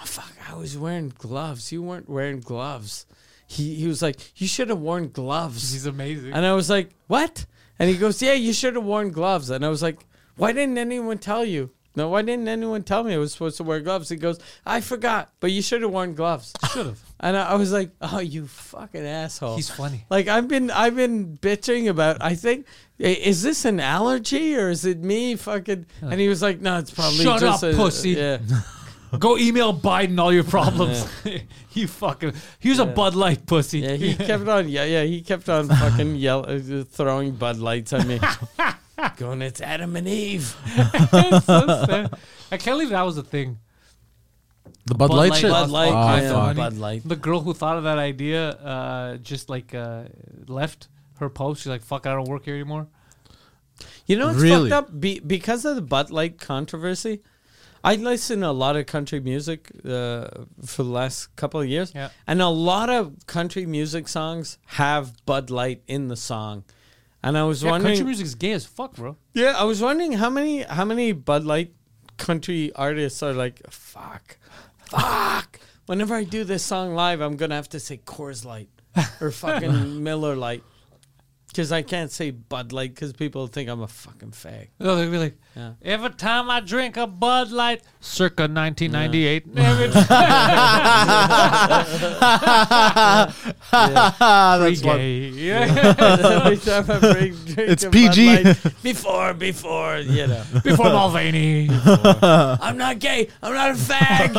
Speaker 2: oh, "Fuck, I was wearing gloves. You weren't wearing gloves." He he was like, "You should have worn gloves."
Speaker 1: He's amazing.
Speaker 2: And I was like, "What?" And he goes, "Yeah, you should have worn gloves." And I was like, "Why didn't anyone tell you?" No, why didn't anyone tell me I was supposed to wear gloves? He goes, "I forgot, but you should have worn gloves."
Speaker 1: Should have.
Speaker 2: And I, I was like, "Oh, you fucking asshole!"
Speaker 1: He's funny.
Speaker 2: Like I've been, I've been bitching about. I think i- is this an allergy or is it me fucking? And he was like, "No, it's probably
Speaker 1: Shut
Speaker 2: just
Speaker 1: up,
Speaker 2: a,
Speaker 1: pussy.
Speaker 2: Yeah,
Speaker 1: Go email Biden all your problems. you fucking. Here's a Bud Light pussy.
Speaker 2: yeah. He kept on, yeah, yeah. He kept on fucking yell, uh, throwing Bud Lights at me, going, "It's Adam and Eve."
Speaker 1: It's so sad. I can't believe that was a thing.
Speaker 3: The Bud,
Speaker 1: Bud
Speaker 3: Light
Speaker 1: Light-
Speaker 3: shit.
Speaker 1: Bud
Speaker 2: Light,
Speaker 3: Oh,
Speaker 2: yeah.
Speaker 3: fuck.
Speaker 2: Bud Light.
Speaker 1: The girl who thought of that idea uh, just like uh, left her post. She's like, "Fuck, I don't work here anymore."
Speaker 2: You know, it's
Speaker 3: Really?
Speaker 2: fucked up Be- because of the Bud Light controversy. I listen to a lot of country music uh, for the last couple of years,
Speaker 1: Yeah.
Speaker 2: and a lot of country music songs have Bud Light in the song. And I was
Speaker 1: Yeah,
Speaker 2: wondering,
Speaker 1: country music's gay as fuck, bro.
Speaker 2: yeah, I was wondering how many how many Bud Light country artists are like, fuck, fuck. Whenever I do this song live, I'm gonna have to say Coors Light or fucking Miller Light. Because I can't say Bud Light because people think I'm a fucking fag.
Speaker 1: No, they'd be like,
Speaker 2: Yeah.
Speaker 1: "Every time I drink a Bud Light, circa 1998." Every time-
Speaker 3: That's
Speaker 1: Pretty
Speaker 3: one.
Speaker 1: gay. Yeah.
Speaker 2: Every time I drink, drink
Speaker 3: It's
Speaker 2: a Bud
Speaker 3: PG.
Speaker 2: Light, before, before, you know.
Speaker 1: Before Mulvaney.
Speaker 2: I'm not gay. I'm not a fag.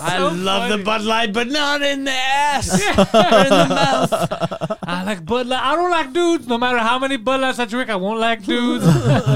Speaker 2: I
Speaker 1: so
Speaker 2: love
Speaker 1: funny.
Speaker 2: the Bud Light, but not in the ass or in the mouth.
Speaker 1: I like Bud Light. I don't like dudes. No matter how many Bud Lights I drink, I won't like dudes.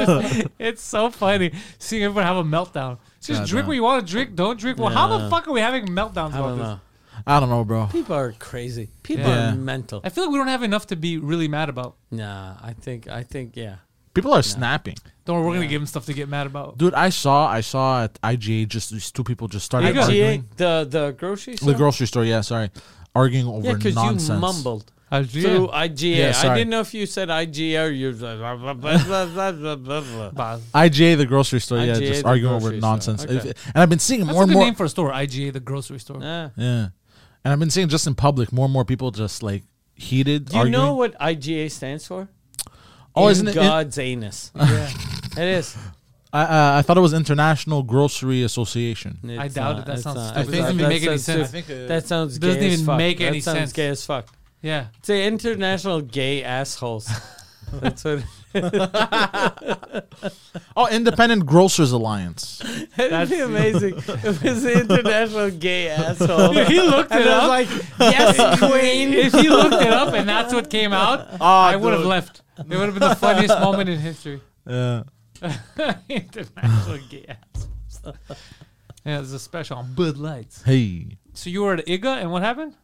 Speaker 1: it's so funny seeing everyone have a meltdown. Just
Speaker 3: God,
Speaker 1: drink
Speaker 3: no.
Speaker 1: what you want to drink. Don't drink. Well, how the fuck are we having meltdowns
Speaker 2: I
Speaker 1: about
Speaker 2: don't
Speaker 1: this?
Speaker 2: know.
Speaker 3: I don't know, bro.
Speaker 2: People are crazy. People
Speaker 3: Yeah.
Speaker 2: are mental.
Speaker 1: I feel like we don't have enough to be really mad about.
Speaker 2: Nah, I think, I think, yeah.
Speaker 3: People are snapping,
Speaker 1: Don't worry, we're gonna give him stuff to get mad about.
Speaker 3: dude. I saw, I saw at IGA just these two people just started
Speaker 1: IGA?
Speaker 3: arguing.
Speaker 2: IGA, the, the grocery store?
Speaker 3: The grocery store, yeah, sorry, arguing over
Speaker 2: yeah, because
Speaker 3: nonsense.
Speaker 2: you mumbled.
Speaker 1: Uh,
Speaker 2: Through
Speaker 1: yeah.
Speaker 2: IGA.
Speaker 3: Yeah,
Speaker 2: I
Speaker 3: sorry.
Speaker 2: didn't know if you said IGA or you blah, blah, blah, blah, blah, blah, blah, blah.
Speaker 1: Bah.
Speaker 3: IGA, the grocery store, yeah,
Speaker 2: IGA,
Speaker 3: just
Speaker 2: the
Speaker 3: arguing over
Speaker 2: grocery store.
Speaker 3: nonsense.
Speaker 2: Okay.
Speaker 3: If- And I've been seeing
Speaker 1: That's
Speaker 3: more
Speaker 1: a
Speaker 3: and
Speaker 1: good
Speaker 3: more.
Speaker 1: name for a store, IGA, the grocery store.
Speaker 2: Yeah.
Speaker 3: yeah, and I've been seeing just in public more and more people just like heated.
Speaker 2: Do you
Speaker 3: arguing.
Speaker 2: know what IGA stands for?
Speaker 3: Oh,
Speaker 2: In
Speaker 3: isn't it-
Speaker 2: God's anus? It is.
Speaker 3: I, uh, I thought it was International Grocery Association.
Speaker 1: I
Speaker 2: It's
Speaker 1: doubt it.
Speaker 2: not-
Speaker 1: That
Speaker 2: it's
Speaker 1: sounds
Speaker 2: not.
Speaker 1: stupid.
Speaker 2: It's
Speaker 3: It doesn't
Speaker 2: not.
Speaker 1: make
Speaker 2: That
Speaker 1: any
Speaker 2: sounds
Speaker 1: sense.
Speaker 2: stupid.
Speaker 3: I think, uh,
Speaker 2: that sounds
Speaker 1: Doesn't
Speaker 2: gay as
Speaker 1: even
Speaker 2: fuck.
Speaker 1: make
Speaker 2: That
Speaker 1: any
Speaker 2: sounds
Speaker 1: sense.
Speaker 2: Gay as fuck.
Speaker 1: Yeah.
Speaker 2: It's the international gay assholes. That's what.
Speaker 3: Oh, Independent Grocers Alliance.
Speaker 2: That'd be amazing. if it's the international gay asshole.
Speaker 1: If he looked
Speaker 2: and
Speaker 1: it
Speaker 2: I was
Speaker 1: up,
Speaker 2: like, yes, queen.
Speaker 1: if he looked it up, and that's what came out, I would have left. It would have been the funniest moment in history.
Speaker 3: Yeah.
Speaker 1: International gay assholes. Yeah, there's a special on Bud Lights.
Speaker 3: Hey.
Speaker 1: So you were at IGA, and what happened?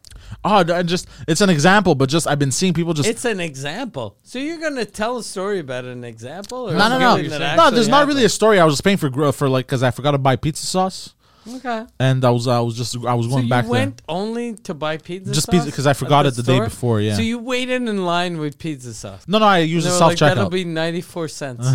Speaker 3: Oh, I just it's an example, but just I've been seeing people just
Speaker 2: It's an example. So you're gonna tell a story about an example? Or
Speaker 3: no no
Speaker 2: something
Speaker 3: no
Speaker 2: that
Speaker 3: no.
Speaker 2: actually
Speaker 3: There's not really a
Speaker 2: happened?
Speaker 3: story. I was just paying for gro- for like because I forgot to buy pizza sauce,
Speaker 2: Okay.
Speaker 3: and I was I was just I was
Speaker 2: So
Speaker 3: going
Speaker 2: you
Speaker 3: back
Speaker 2: went only to buy pizza
Speaker 3: Just
Speaker 2: sauce?
Speaker 3: pizza- 'cause I
Speaker 2: at
Speaker 3: forgot it the day before, yeah.
Speaker 2: So you waited in line with pizza sauce.
Speaker 3: there. No, no, I used
Speaker 2: They
Speaker 3: a
Speaker 2: were
Speaker 3: self
Speaker 2: like, That'll
Speaker 3: checkout.
Speaker 2: be 94 cents.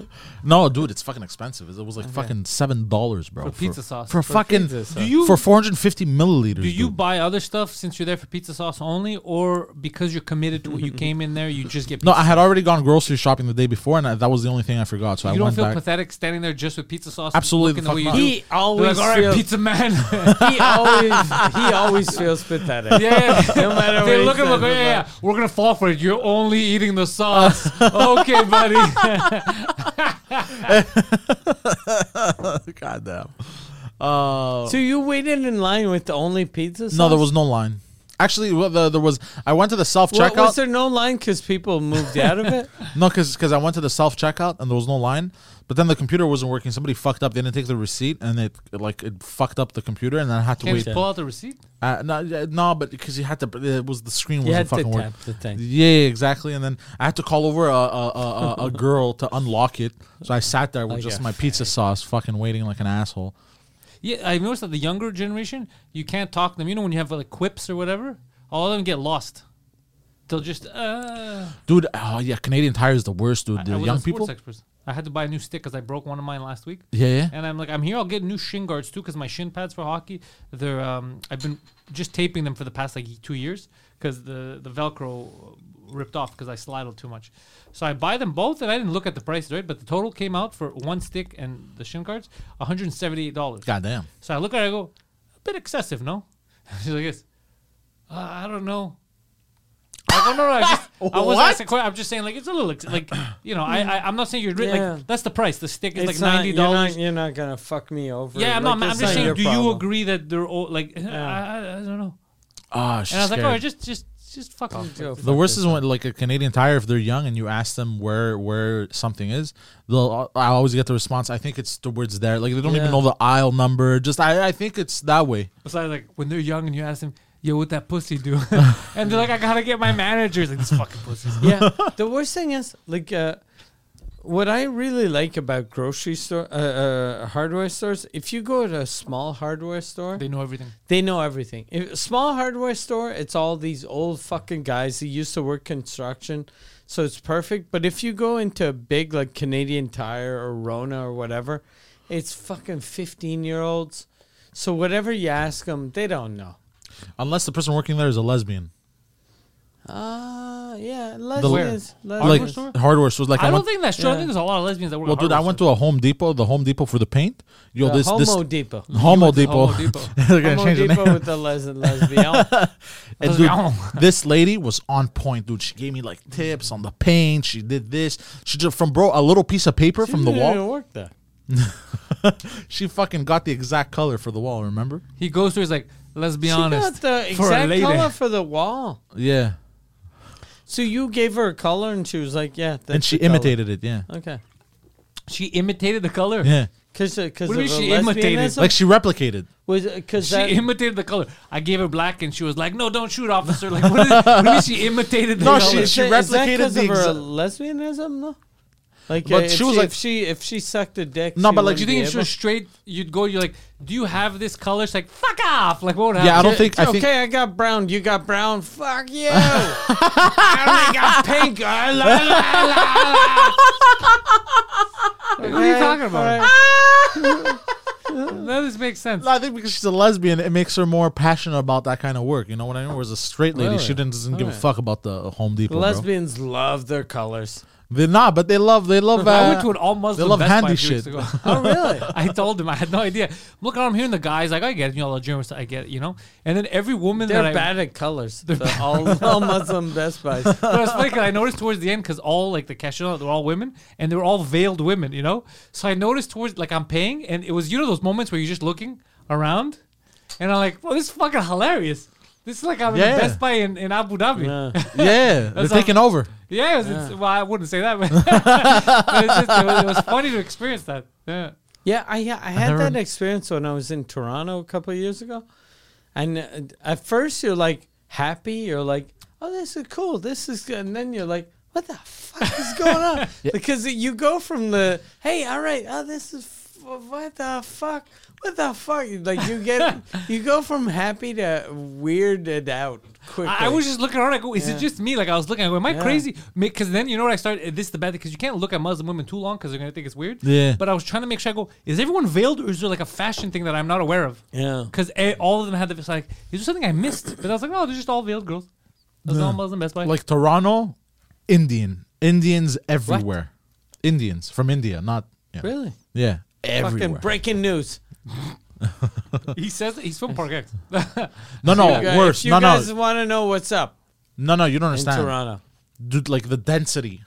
Speaker 3: no, dude, it's fucking expensive. It was like fucking seven dollars, bro,
Speaker 1: For pizza sauce.
Speaker 3: for,
Speaker 1: For
Speaker 3: fucking
Speaker 2: pizza sauce.
Speaker 1: Do you-
Speaker 3: for 450 milliliters.
Speaker 1: Do you
Speaker 3: dude.
Speaker 1: buy other stuff since you're there for pizza sauce only, or because you're committed to what you came in there, you just get pizza?
Speaker 3: No, I had already gone grocery shopping the day before, and I, that was the only thing I forgot. So
Speaker 1: you
Speaker 3: I
Speaker 1: don't
Speaker 3: went
Speaker 1: feel
Speaker 3: back.
Speaker 1: pathetic standing there just with pizza sauce?
Speaker 3: Absolutely
Speaker 1: looking
Speaker 3: the fuck
Speaker 1: way you
Speaker 3: not.
Speaker 1: do?
Speaker 3: He
Speaker 1: They're
Speaker 2: always
Speaker 1: like, all right,
Speaker 2: feels-
Speaker 1: pizza man.
Speaker 2: he always he always feels pathetic.
Speaker 1: Yeah,
Speaker 2: No matter what
Speaker 1: They
Speaker 2: he
Speaker 1: look at him like, yeah,
Speaker 2: says, it's
Speaker 1: yeah, yeah, we're gonna fall for it. You're only eating the sauce, okay, buddy?
Speaker 3: God damn. Uh,
Speaker 2: So you waited in line with the only pizza sauce?
Speaker 3: no, there was no line. Actually, well, the, there was. I went to the self
Speaker 2: Wa- Was
Speaker 3: checkout.
Speaker 2: there no line because people moved out of it?
Speaker 3: No, because I went to the self checkout and there was no line. But then the computer wasn't working. Somebody fucked up. They didn't take the receipt, and it it, like it fucked up the computer, and then I had to
Speaker 1: Can you
Speaker 3: wait.
Speaker 1: just pull out the receipt?
Speaker 3: Uh, no, yeah, no, but because you had to, it was the screen
Speaker 2: You
Speaker 3: wasn't
Speaker 2: had to
Speaker 3: fucking working.
Speaker 2: tap the thing.
Speaker 3: Yeah, exactly. And then I had to call over a a, a, a- a girl to unlock it. So I sat
Speaker 1: Oh,
Speaker 3: there with
Speaker 2: Like
Speaker 3: just
Speaker 2: a
Speaker 3: my pizza sauce, fucking waiting like an asshole.
Speaker 1: Yeah, I noticed that the younger generation, you can't talk to them. You know when you have like quips or whatever, all of them get lost. They'll just uh.
Speaker 3: Dude, oh yeah, Canadian Tire is the worst, dude.
Speaker 1: I-
Speaker 3: The
Speaker 1: I was
Speaker 3: young
Speaker 1: a sports
Speaker 3: people.
Speaker 1: expert. I had to buy a new stick because I broke one of mine last week.
Speaker 3: Yeah, yeah.
Speaker 1: And I'm like, I'm here. I'll get new shin guards too because my shin pads for hockey, they're um, I've been just taping them for the past like two years because the the Velcro ripped off because I slided too much. So I buy them both and I didn't look at the prices, right? But the total came out for one stick and the shin guards, 178 dollars.
Speaker 3: Goddamn.
Speaker 1: So I look at her, I go, a bit excessive, no? She's like, yes. Uh, I don't know. I go, no, no, I just, I was
Speaker 3: What?
Speaker 1: asking, a que- I'm just saying, like, it's a little, ex- like, you know, I, I, I'm not saying you're, ri-
Speaker 2: Yeah.
Speaker 1: like, that's the price. The stick is
Speaker 2: It's
Speaker 1: like
Speaker 2: not-
Speaker 1: $90.
Speaker 2: you're not- You're, not gonna fuck me over.
Speaker 1: yeah, I'm
Speaker 2: Like,
Speaker 1: not, I'm
Speaker 2: that's
Speaker 1: just saying,
Speaker 2: your
Speaker 1: do you
Speaker 2: problem.
Speaker 1: agree that they're all, like, I, I, I don't know. And
Speaker 3: Ah,
Speaker 1: I was like,
Speaker 3: scared.
Speaker 1: oh, just, just, just fuck off.
Speaker 2: Go
Speaker 3: The
Speaker 2: fuck
Speaker 3: worst is when like a Canadian Tire, if they're young and you ask them where where something is, they'll I always get the response. I think it's the words there. Like they don't
Speaker 2: Yeah.
Speaker 3: even know the aisle number. Just I, I think it's that way.
Speaker 1: So I was like, when they're young and you ask them, yo, what that pussy do? and they're like, I gotta get my managers. Like, this fucking pussy.
Speaker 2: yeah. The worst thing is like uh, what I really like about grocery store, uh, uh, hardware stores. If you go to a small hardware store,
Speaker 1: They know everything.
Speaker 2: They know everything. If, a small hardware store, it's all these old fucking guys who used to work construction, so it's perfect. But if you go into a big like Canadian Tire or Rona or whatever, it's fucking fifteen year olds. So whatever you ask them, they don't know.
Speaker 3: Unless the person working there is a lesbian.
Speaker 2: Ah, yeah,
Speaker 1: Where?
Speaker 2: lesbians.
Speaker 1: Hardware
Speaker 3: like
Speaker 1: store?
Speaker 3: hardware stores. Like I,
Speaker 1: I don't
Speaker 3: went,
Speaker 1: think that's true. I think there's a lot of lesbians that work
Speaker 3: well,
Speaker 1: at
Speaker 3: dude, I
Speaker 1: hardware
Speaker 3: went to a Home Depot, the Home Depot for the paint. Yo,
Speaker 2: The
Speaker 3: this
Speaker 2: Homo
Speaker 3: this
Speaker 2: Depot.
Speaker 3: Homo
Speaker 1: went to
Speaker 3: Depot.
Speaker 1: Homo Depot.
Speaker 3: They're gonna
Speaker 2: Homo
Speaker 3: change the
Speaker 2: Depot
Speaker 3: name.
Speaker 2: with the les- lesbian.
Speaker 3: And
Speaker 1: Let's
Speaker 3: dude,
Speaker 1: go.
Speaker 3: this lady was on point, dude. She gave me like tips on the paint. She did this. She just from bro a little piece of paper from the
Speaker 2: Didn't even
Speaker 3: wall.
Speaker 2: work there.
Speaker 3: She fucking got the exact color for the wall. Remember?
Speaker 1: He goes through. He's like, let's be
Speaker 2: She
Speaker 1: honest.
Speaker 2: got the
Speaker 1: for a
Speaker 2: exact
Speaker 1: lady.
Speaker 2: color for the wall.
Speaker 3: Yeah.
Speaker 2: So you gave her a color, and she was like, "Yeah."
Speaker 3: and
Speaker 2: that's
Speaker 3: she
Speaker 2: the color.
Speaker 3: imitated it. Yeah.
Speaker 2: Okay.
Speaker 1: She imitated the color.
Speaker 3: Yeah.
Speaker 2: Because because
Speaker 1: What
Speaker 2: of
Speaker 1: do you
Speaker 2: the
Speaker 1: mean she imitated?
Speaker 2: lesbianism?
Speaker 3: Like she replicated.
Speaker 2: was because
Speaker 1: She
Speaker 2: that
Speaker 1: imitated the color. I gave her black, and she was like, "No, don't shoot, officer!" Like, what, is, what do you mean she imitated the
Speaker 3: No,
Speaker 1: color?
Speaker 3: she
Speaker 2: is that- is that
Speaker 3: replicated
Speaker 2: 'cause
Speaker 3: the
Speaker 2: of her
Speaker 3: exact-
Speaker 2: lesbianism. No, like
Speaker 3: But
Speaker 2: uh, if
Speaker 3: she was like-
Speaker 2: if she if she sucked a dick.
Speaker 3: No,
Speaker 2: she
Speaker 3: but, like,
Speaker 2: wouldn't
Speaker 1: Do you think
Speaker 2: be
Speaker 1: if she
Speaker 2: able-
Speaker 1: was straight, you'd go, you're like, "Do you have this color?" She's like, "Fuck off!" Like, what would happen?
Speaker 3: Yeah, I don't
Speaker 2: It's
Speaker 3: think. I think.
Speaker 2: okay, I got brown. You got brown. Fuck you. I only got pink. I la, la,
Speaker 1: What are you talking about? None of this makes sense.
Speaker 3: No, I think because she's a lesbian, it makes her more passionate about that kind of work. You know what I mean? Whereas a straight lady, she
Speaker 2: Really?
Speaker 3: didn't, doesn't give a
Speaker 2: Alright.
Speaker 3: fuck about the Home Depot. bro.
Speaker 2: Lesbians love their colors.
Speaker 3: They're not, but they love they love. Uh,
Speaker 1: I went to an all Muslim.
Speaker 3: they love
Speaker 1: Best Buy
Speaker 3: handy
Speaker 1: a few weeks
Speaker 3: shit.
Speaker 1: ago.
Speaker 2: Oh, really?
Speaker 1: I told him I had no idea. I'm looking around, I'm hearing the guys like, I get it, you know, Algerians, I get it, you know. And then every woman
Speaker 2: They're
Speaker 1: that
Speaker 2: bad at colors. They're all, all Muslim Best Buys.
Speaker 1: I, but I was thinking, I noticed towards the end because all like the cashier, they were all women and they were all veiled women, you know. So I noticed towards like I'm paying, and it was you know those moments where you're just looking around, and I'm like, well, this is fucking hilarious. This is like I'm in
Speaker 3: Yeah.
Speaker 1: the Best Buy in, in Abu Dhabi. Yeah,
Speaker 3: yeah, they're
Speaker 1: That's
Speaker 3: taking over.
Speaker 1: it was, It's, well, I wouldn't say that, but, but it's just, it, was, it was funny to experience that. Yeah.
Speaker 2: Yeah, I ha- I had
Speaker 3: never-
Speaker 2: that experience when I was in Toronto a couple of years ago, and uh, at first you're like happy, you're like, oh, this is cool, this is good, and then you're like, what the fuck is going on? Because you go from the hey, all right, oh, this is f- what the fuck, what the fuck, like you get you go from happy to weirded out quickly.
Speaker 1: I, I was just looking around. I go, is it
Speaker 2: Yeah.
Speaker 1: just me? Like I was looking. I go, am I
Speaker 2: Yeah.
Speaker 1: crazy? Because then you know what I started. This is the bad thing because you can't look at Muslim women too long because they're gonna think it's weird.
Speaker 3: Yeah.
Speaker 1: But I was trying to make sure. I go, is everyone veiled or is there like a fashion thing that I'm not aware of?
Speaker 2: Yeah.
Speaker 1: Because all of them had this like, is there something I missed? But I was like, oh, they're just all veiled girls. Those all Muslim Best Buy.
Speaker 3: Like Toronto, Indian, Indians everywhere, Indians from India, not yeah.
Speaker 2: really
Speaker 3: yeah,
Speaker 2: fucking
Speaker 3: everywhere.
Speaker 2: breaking news.
Speaker 1: he says he's from Park X.
Speaker 3: no, no,
Speaker 2: You guys-
Speaker 3: worse.
Speaker 2: You
Speaker 3: No,
Speaker 2: guys
Speaker 3: no,
Speaker 2: want to know what's up
Speaker 3: no, no. You don't
Speaker 2: in
Speaker 3: understand.
Speaker 2: Toronto?
Speaker 3: dude, like the density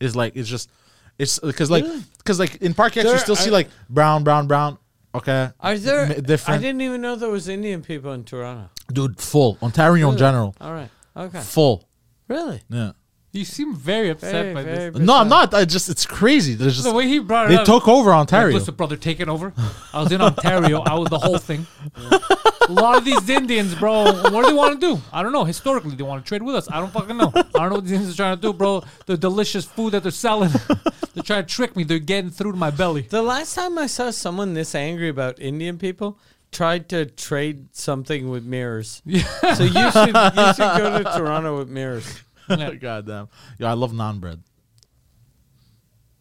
Speaker 3: is like it's just it's because like because like in Park X you
Speaker 2: There
Speaker 3: still see
Speaker 2: are-
Speaker 3: like brown, brown, brown. Okay,
Speaker 2: Are there?
Speaker 3: M- different?
Speaker 2: I didn't even know there was Indian people in Toronto.
Speaker 3: dude, full Ontario in general,
Speaker 2: All right. Okay.
Speaker 3: full.
Speaker 2: Really?
Speaker 3: Yeah.
Speaker 1: you seem very upset
Speaker 2: Very,
Speaker 1: by
Speaker 2: very
Speaker 1: this.
Speaker 3: No, I'm not. I just it's crazy. There's just
Speaker 1: The way he brought it
Speaker 3: they
Speaker 1: up.
Speaker 3: took over
Speaker 1: Like,
Speaker 3: Ontario.
Speaker 1: Listen, brother, take it over. I was in Ontario. I was the whole thing. A lot of these Indians, bro. What do they want to do? I don't know. Historically, they want to trade with us. I don't fucking know. I don't know what these Indians are trying to do, bro. The delicious food that they're selling, they're trying to trick me. They're getting through to my belly.
Speaker 2: The last time I saw someone this angry about Indian people, tried to trade something with mirrors. Yeah. So you should you should go to Toronto with mirrors.
Speaker 1: Yeah.
Speaker 3: God damn. Yo, I love non bread.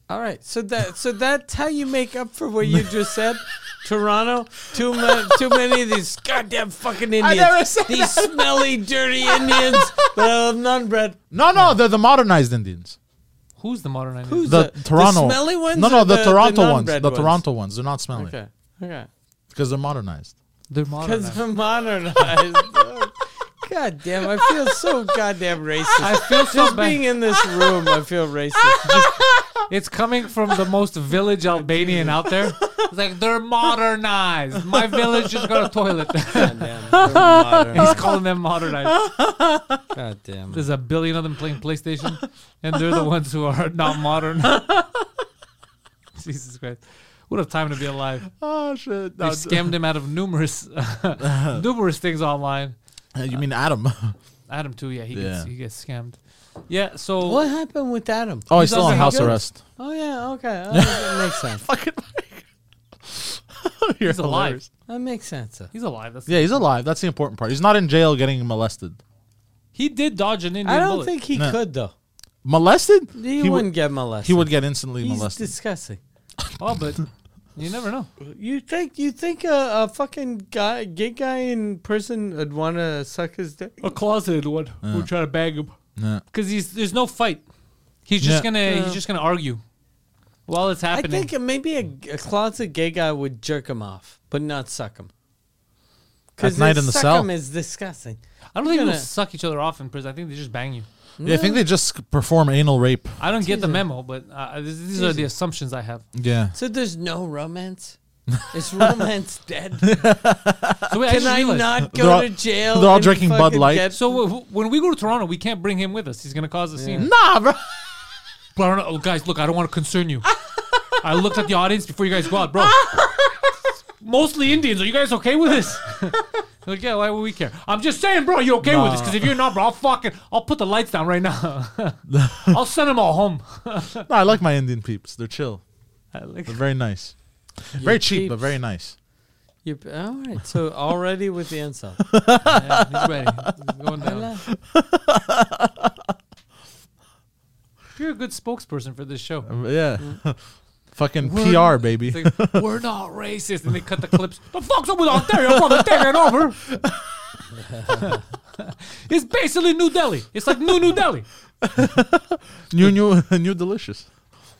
Speaker 2: All right. So that so that's how you make up for what you just said. Toronto, too many, too many of these goddamn fucking Indians.
Speaker 3: never said
Speaker 2: these smelly, dirty Indians that have none bread.
Speaker 3: No, no, they're the modernized Indians.
Speaker 1: Who's the modern Indian?
Speaker 2: Who's
Speaker 3: The,
Speaker 2: the,
Speaker 3: Toronto
Speaker 2: the smelly ones?
Speaker 3: No, no,
Speaker 2: or
Speaker 3: the, Toronto ones. The
Speaker 2: non-bread
Speaker 3: Toronto ones. They're not smelly
Speaker 2: Okay. Okay.
Speaker 3: because they're modernized.
Speaker 1: They're modern.
Speaker 2: Because we're modernized. God damn, I feel so goddamn racist.
Speaker 1: I feel so
Speaker 2: Just
Speaker 1: bad.
Speaker 2: being in this room, I feel racist.
Speaker 1: It's coming from the most village Albanian out there. It's like they're modernized. My village just got a toilet. He's calling them modernized.
Speaker 2: God damn.
Speaker 1: There's a billion of them playing PlayStation, and they're the ones who are not modern. Jesus Christ. What a time to be alive.
Speaker 3: Oh shit!
Speaker 1: They scammed him out of numerous numerous things online.
Speaker 3: you mean Adam? Oh,
Speaker 1: Adam too, yeah, he
Speaker 3: Yeah.
Speaker 1: gets he gets scammed. Yeah, so
Speaker 2: What happened with Adam?
Speaker 3: oh, he's
Speaker 1: He's
Speaker 3: still on
Speaker 1: also
Speaker 3: house
Speaker 1: good.
Speaker 3: arrest.
Speaker 2: Oh, yeah, okay. Oh, that makes sense.
Speaker 3: You're
Speaker 1: he's alive.
Speaker 3: hilarious.
Speaker 2: That makes sense.
Speaker 1: He's alive. That's
Speaker 3: Yeah, he's alive. That's the important part. He's not in jail getting molested.
Speaker 1: He did dodge an Indian
Speaker 2: I don't
Speaker 1: bullet.
Speaker 2: think he
Speaker 3: No.
Speaker 2: could, though.
Speaker 3: Molested?
Speaker 2: He,
Speaker 3: would-
Speaker 2: wouldn't get molested.
Speaker 3: He would get instantly
Speaker 2: He's
Speaker 3: molested.
Speaker 2: disgusting.
Speaker 1: oh, but you never know.
Speaker 2: You think you think a, a fucking guy, gay guy in prison would want to suck his dick?
Speaker 1: A closeted one who try to bag him.
Speaker 3: Yeah.
Speaker 1: Because he's there's no fight. He's just
Speaker 3: Yeah.
Speaker 1: gonna he's just gonna argue while it's
Speaker 2: I
Speaker 1: happening.
Speaker 2: think maybe a, a closet gay guy would jerk him off, but not suck him.
Speaker 3: At night in the
Speaker 2: suck
Speaker 3: cell.
Speaker 2: him is disgusting.
Speaker 1: I don't think
Speaker 2: gonna-
Speaker 1: people suck each other off in prison. I think they just bang you.
Speaker 3: Yeah, I think they just perform anal rape.
Speaker 1: I don't get the memo, but uh, these, these are the assumptions I have.
Speaker 3: Yeah.
Speaker 2: So there's no romance. Is romance dead?
Speaker 1: So wait, I
Speaker 2: Uh, Can
Speaker 1: just
Speaker 2: I
Speaker 1: realized.
Speaker 2: not go
Speaker 3: They're all-
Speaker 2: to jail?
Speaker 3: they're all
Speaker 2: and
Speaker 3: drinking Bud
Speaker 2: fucking
Speaker 3: Light.
Speaker 2: get-
Speaker 1: So w- w- when we go to Toronto, we can't bring him with us. He's gonna cause a scene.
Speaker 3: Nah, bro.
Speaker 1: But I don't know, oh, guys, look, I don't want to concern you. I looked at the audience before you guys go out, bro. Mostly Indians. Are you guys okay with this? like, yeah, why would we care? I'm just saying, bro, you okay with this? Because if you're not, bro, I'll fucking, I'll put the lights down right now. I'll send them all home.
Speaker 3: No, I like my Indian peeps. They're chill.
Speaker 1: I like-
Speaker 3: They're very nice. very cheap, but
Speaker 2: peeps.
Speaker 3: very nice.
Speaker 2: You, all right. So already with the insult.
Speaker 1: Yeah, he's ready. He's going down. You're a good spokesperson for this show.
Speaker 3: Um, Yeah. Fucking PR, baby.
Speaker 1: It's like, we're not racist. And they cut the clips. The fuck's up with Ontario, brother? Take it over. it's basically New Delhi. It's like New New Delhi.
Speaker 3: new, new, new, delicious.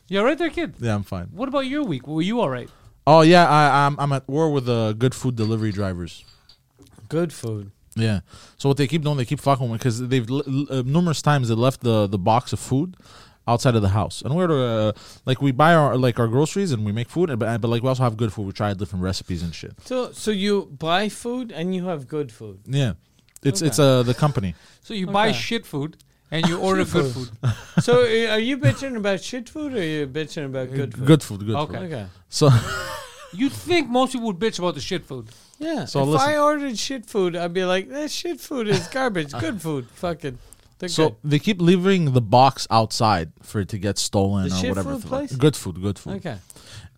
Speaker 1: You're right there, kid.
Speaker 3: Yeah, I'm fine.
Speaker 1: What about your week? Were you all right?
Speaker 3: Oh yeah, I, I'm I'm at war with uh, good food delivery drivers.
Speaker 2: Good food.
Speaker 3: Yeah. So what they keep doing, they keep fucking with because they've l- l- uh, numerous times they left the the box of food outside of the house, and we're uh, like we buy our like our groceries and we make food, and- but but like we also have good food. We try different recipes and shit.
Speaker 2: So, so you buy food and you have good food.
Speaker 3: Yeah. It's it's uh the company.
Speaker 1: So you buy
Speaker 2: Okay.
Speaker 1: shit food and you order good food.
Speaker 2: So, uh, are you bitching about shit food or are you bitching about good food?
Speaker 3: Uh, Good food, good
Speaker 1: Okay.
Speaker 3: food.
Speaker 2: Okay.
Speaker 3: So
Speaker 1: You'd think most people would bitch about the shit food.
Speaker 2: Yeah.
Speaker 3: So
Speaker 2: if
Speaker 3: listen-
Speaker 2: I ordered shit food, I'd be like, that shit food is garbage. good food. Fucking. They're
Speaker 3: so
Speaker 2: good.
Speaker 3: they keep leaving the box outside for it to get stolen
Speaker 2: The
Speaker 3: or
Speaker 2: shit
Speaker 3: whatever.
Speaker 2: food
Speaker 3: the fuck.
Speaker 2: place?
Speaker 3: Good food, good food.
Speaker 2: Okay.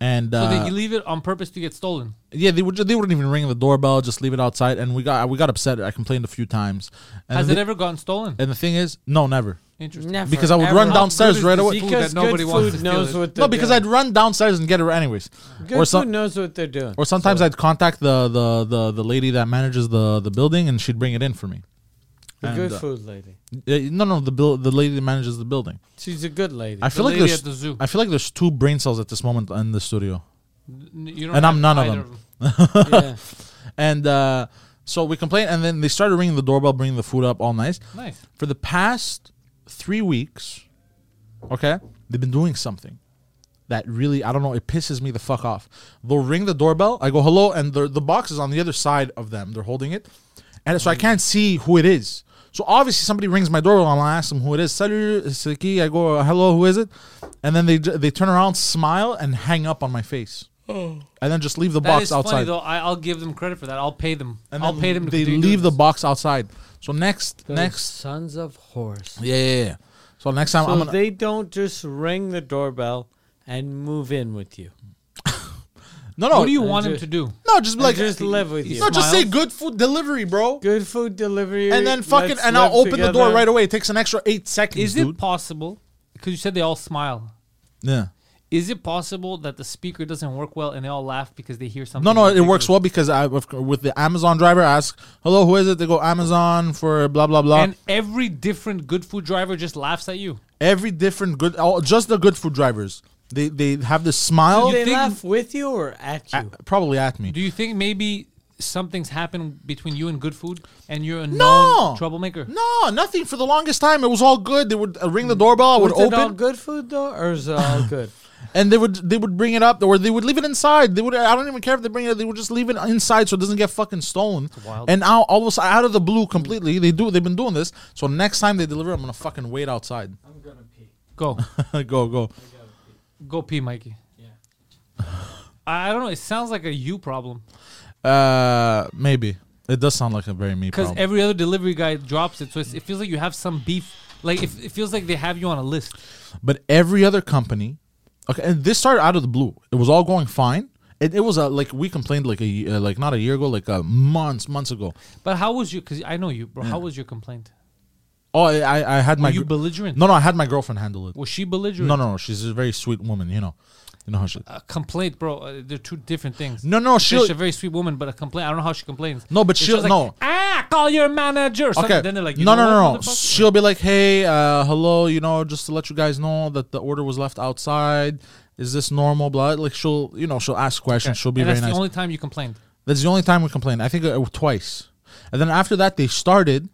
Speaker 3: And
Speaker 1: So
Speaker 3: uh,
Speaker 1: that you leave it on purpose to get stolen.
Speaker 3: yeah, they would ju- they wouldn't even ring the doorbell, just leave it outside. And we got we got upset. I complained a few times. And
Speaker 1: Has
Speaker 3: the,
Speaker 1: it ever gotten stolen?
Speaker 3: And the thing is, no, never.
Speaker 1: Interesting.
Speaker 3: Because I would
Speaker 2: ever.
Speaker 3: run
Speaker 1: How
Speaker 3: downstairs
Speaker 1: good is
Speaker 3: right
Speaker 1: the
Speaker 3: away.
Speaker 1: food that
Speaker 2: Because
Speaker 1: nobody
Speaker 2: good
Speaker 1: wants to
Speaker 2: food
Speaker 1: steal
Speaker 2: knows
Speaker 1: it.
Speaker 2: what they're
Speaker 3: No, because I'd
Speaker 2: doing.
Speaker 3: run downstairs and get her anyways.
Speaker 2: Good
Speaker 3: or
Speaker 2: food
Speaker 3: some,
Speaker 2: knows what they're doing.
Speaker 3: or sometimes I'd contact the, the, the, the lady that manages the, the building and she'd bring it in for me.
Speaker 2: The
Speaker 3: and,
Speaker 2: good
Speaker 3: uh,
Speaker 2: food lady.
Speaker 3: Uh, No, no, the bill, the lady that manages the building.
Speaker 2: She's a good lady.
Speaker 3: I feel like
Speaker 1: lady
Speaker 3: there's
Speaker 1: at the zoo.
Speaker 3: I feel like there's two brain cells at this moment in the
Speaker 1: N-
Speaker 3: studio,
Speaker 1: you don't
Speaker 3: and
Speaker 1: have
Speaker 3: I'm none of
Speaker 1: either
Speaker 3: them.
Speaker 2: yeah.
Speaker 3: And uh, so we complained, and then they started ringing the doorbell, bringing the food up all nice.
Speaker 1: Nice.
Speaker 3: For the past three weeks, okay, they've been doing something that really I don't know. It pisses me the fuck off. They'll ring the doorbell. I go hello, and the the box is on the other side of them. They're holding it, and
Speaker 1: Mm.
Speaker 3: so I can't see who it is. So obviously somebody rings my doorbell and I ask them who it is. Salut, it's the key. I go "Uh, hello, who is it? And then they ju- they turn around, smile, and hang up on my face, and then just leave the
Speaker 1: Oh. That
Speaker 3: box
Speaker 1: is
Speaker 3: outside.
Speaker 1: funny though. I, I'll give them credit for that. I'll pay them.
Speaker 3: And
Speaker 1: I'll
Speaker 3: then
Speaker 1: pay them. To
Speaker 3: They
Speaker 1: continue
Speaker 3: leave the
Speaker 1: doing
Speaker 3: box outside. So next, next,
Speaker 2: Sons of horse.
Speaker 3: yeah, yeah, yeah. So next time
Speaker 2: So
Speaker 3: I'm gonna.
Speaker 2: they don't just ring the doorbell and move in with you.
Speaker 3: no,
Speaker 1: this.
Speaker 3: no,
Speaker 1: What do you want them
Speaker 2: just-
Speaker 1: to do?
Speaker 3: no, just be
Speaker 2: And
Speaker 3: like
Speaker 2: just live with you.
Speaker 3: No, just say
Speaker 1: Smiles.
Speaker 3: good food delivery, bro.
Speaker 2: Good food delivery.
Speaker 3: And then fucking,
Speaker 2: let's
Speaker 3: and I'll
Speaker 2: live
Speaker 3: open the door
Speaker 2: together.
Speaker 3: right away. It takes an extra eight seconds,
Speaker 1: Is
Speaker 3: dude.
Speaker 1: it possible? Because you said they all smile.
Speaker 3: yeah.
Speaker 1: Is it possible that the speaker doesn't work well and they all laugh because they hear something?
Speaker 3: No, no, it
Speaker 1: ridiculous?
Speaker 3: works well because I with with the Amazon driver I ask, "Hello, who is it?" They go Amazon for blah blah blah.
Speaker 1: And every different good food driver just laughs at you.
Speaker 3: Every different good, oh, just the good food drivers. They they have this smile,
Speaker 2: Do they
Speaker 1: think-
Speaker 2: laugh with you or at you?
Speaker 3: probably at me.
Speaker 1: Do you think maybe something's happened between you and good food and you're a
Speaker 3: No
Speaker 1: known troublemaker?
Speaker 3: No, nothing. For the longest time, it was all good. They would uh, ring the doorbell. I would
Speaker 2: Was it all
Speaker 3: open,
Speaker 2: good food though, or is it all good?
Speaker 3: and they would they would bring it up, or they would leave it inside. They would. I don't even care if they bring it. They would just leave it inside so it doesn't get fucking stolen.
Speaker 1: wild.
Speaker 3: And now almost out of the blue, completely. They do. They've been doing this. So next time they deliver, I'm gonna fucking wait outside.
Speaker 1: Go.
Speaker 3: go go.
Speaker 1: Go pee, Mikey. Yeah. I I don't know. It sounds like a you problem
Speaker 3: Uh, maybe it does sound like a very me
Speaker 1: because
Speaker 3: problem.
Speaker 1: every other delivery guy drops it, so it's, it feels like you have some beef. Like it, it feels like they have you on a list.
Speaker 3: but every other company okay and this started out of the blue it was all going fine it, it was a, like we complained like a ye- uh, like not a year ago like uh, months months ago
Speaker 1: But how was your? Because I know you,
Speaker 3: Hmm.
Speaker 1: bro. How was your complaint?
Speaker 3: oh i i, I had my
Speaker 1: you
Speaker 3: gr-
Speaker 1: belligerent?
Speaker 3: no no i had my girlfriend handle it
Speaker 1: Was she belligerent?
Speaker 3: no no no she's a very sweet woman you know you know how she
Speaker 1: A complaint, bro. Uh, they're two different things.
Speaker 3: no no she
Speaker 1: she's a very sweet woman, but a complaint. I don't know how she complains.
Speaker 3: No, but
Speaker 1: It's
Speaker 3: she'll-
Speaker 1: just like,
Speaker 3: no.
Speaker 1: Ah, call your manager.
Speaker 3: Okay.
Speaker 1: Okay. Then they're like, you
Speaker 3: no,
Speaker 1: know
Speaker 3: no,
Speaker 1: what,
Speaker 3: no, no.
Speaker 1: motherfucker?
Speaker 3: She'll be like, "Hey, uh, hello. You know, just to let you guys know that the order was left outside. Is this normal?" Blah. Like she'll, you know, she'll ask questions. She'll be
Speaker 1: and
Speaker 3: very
Speaker 1: that's
Speaker 3: nice.
Speaker 1: the only time you complained.
Speaker 3: That's the only time we complained. I think uh, twice, and then after that they started,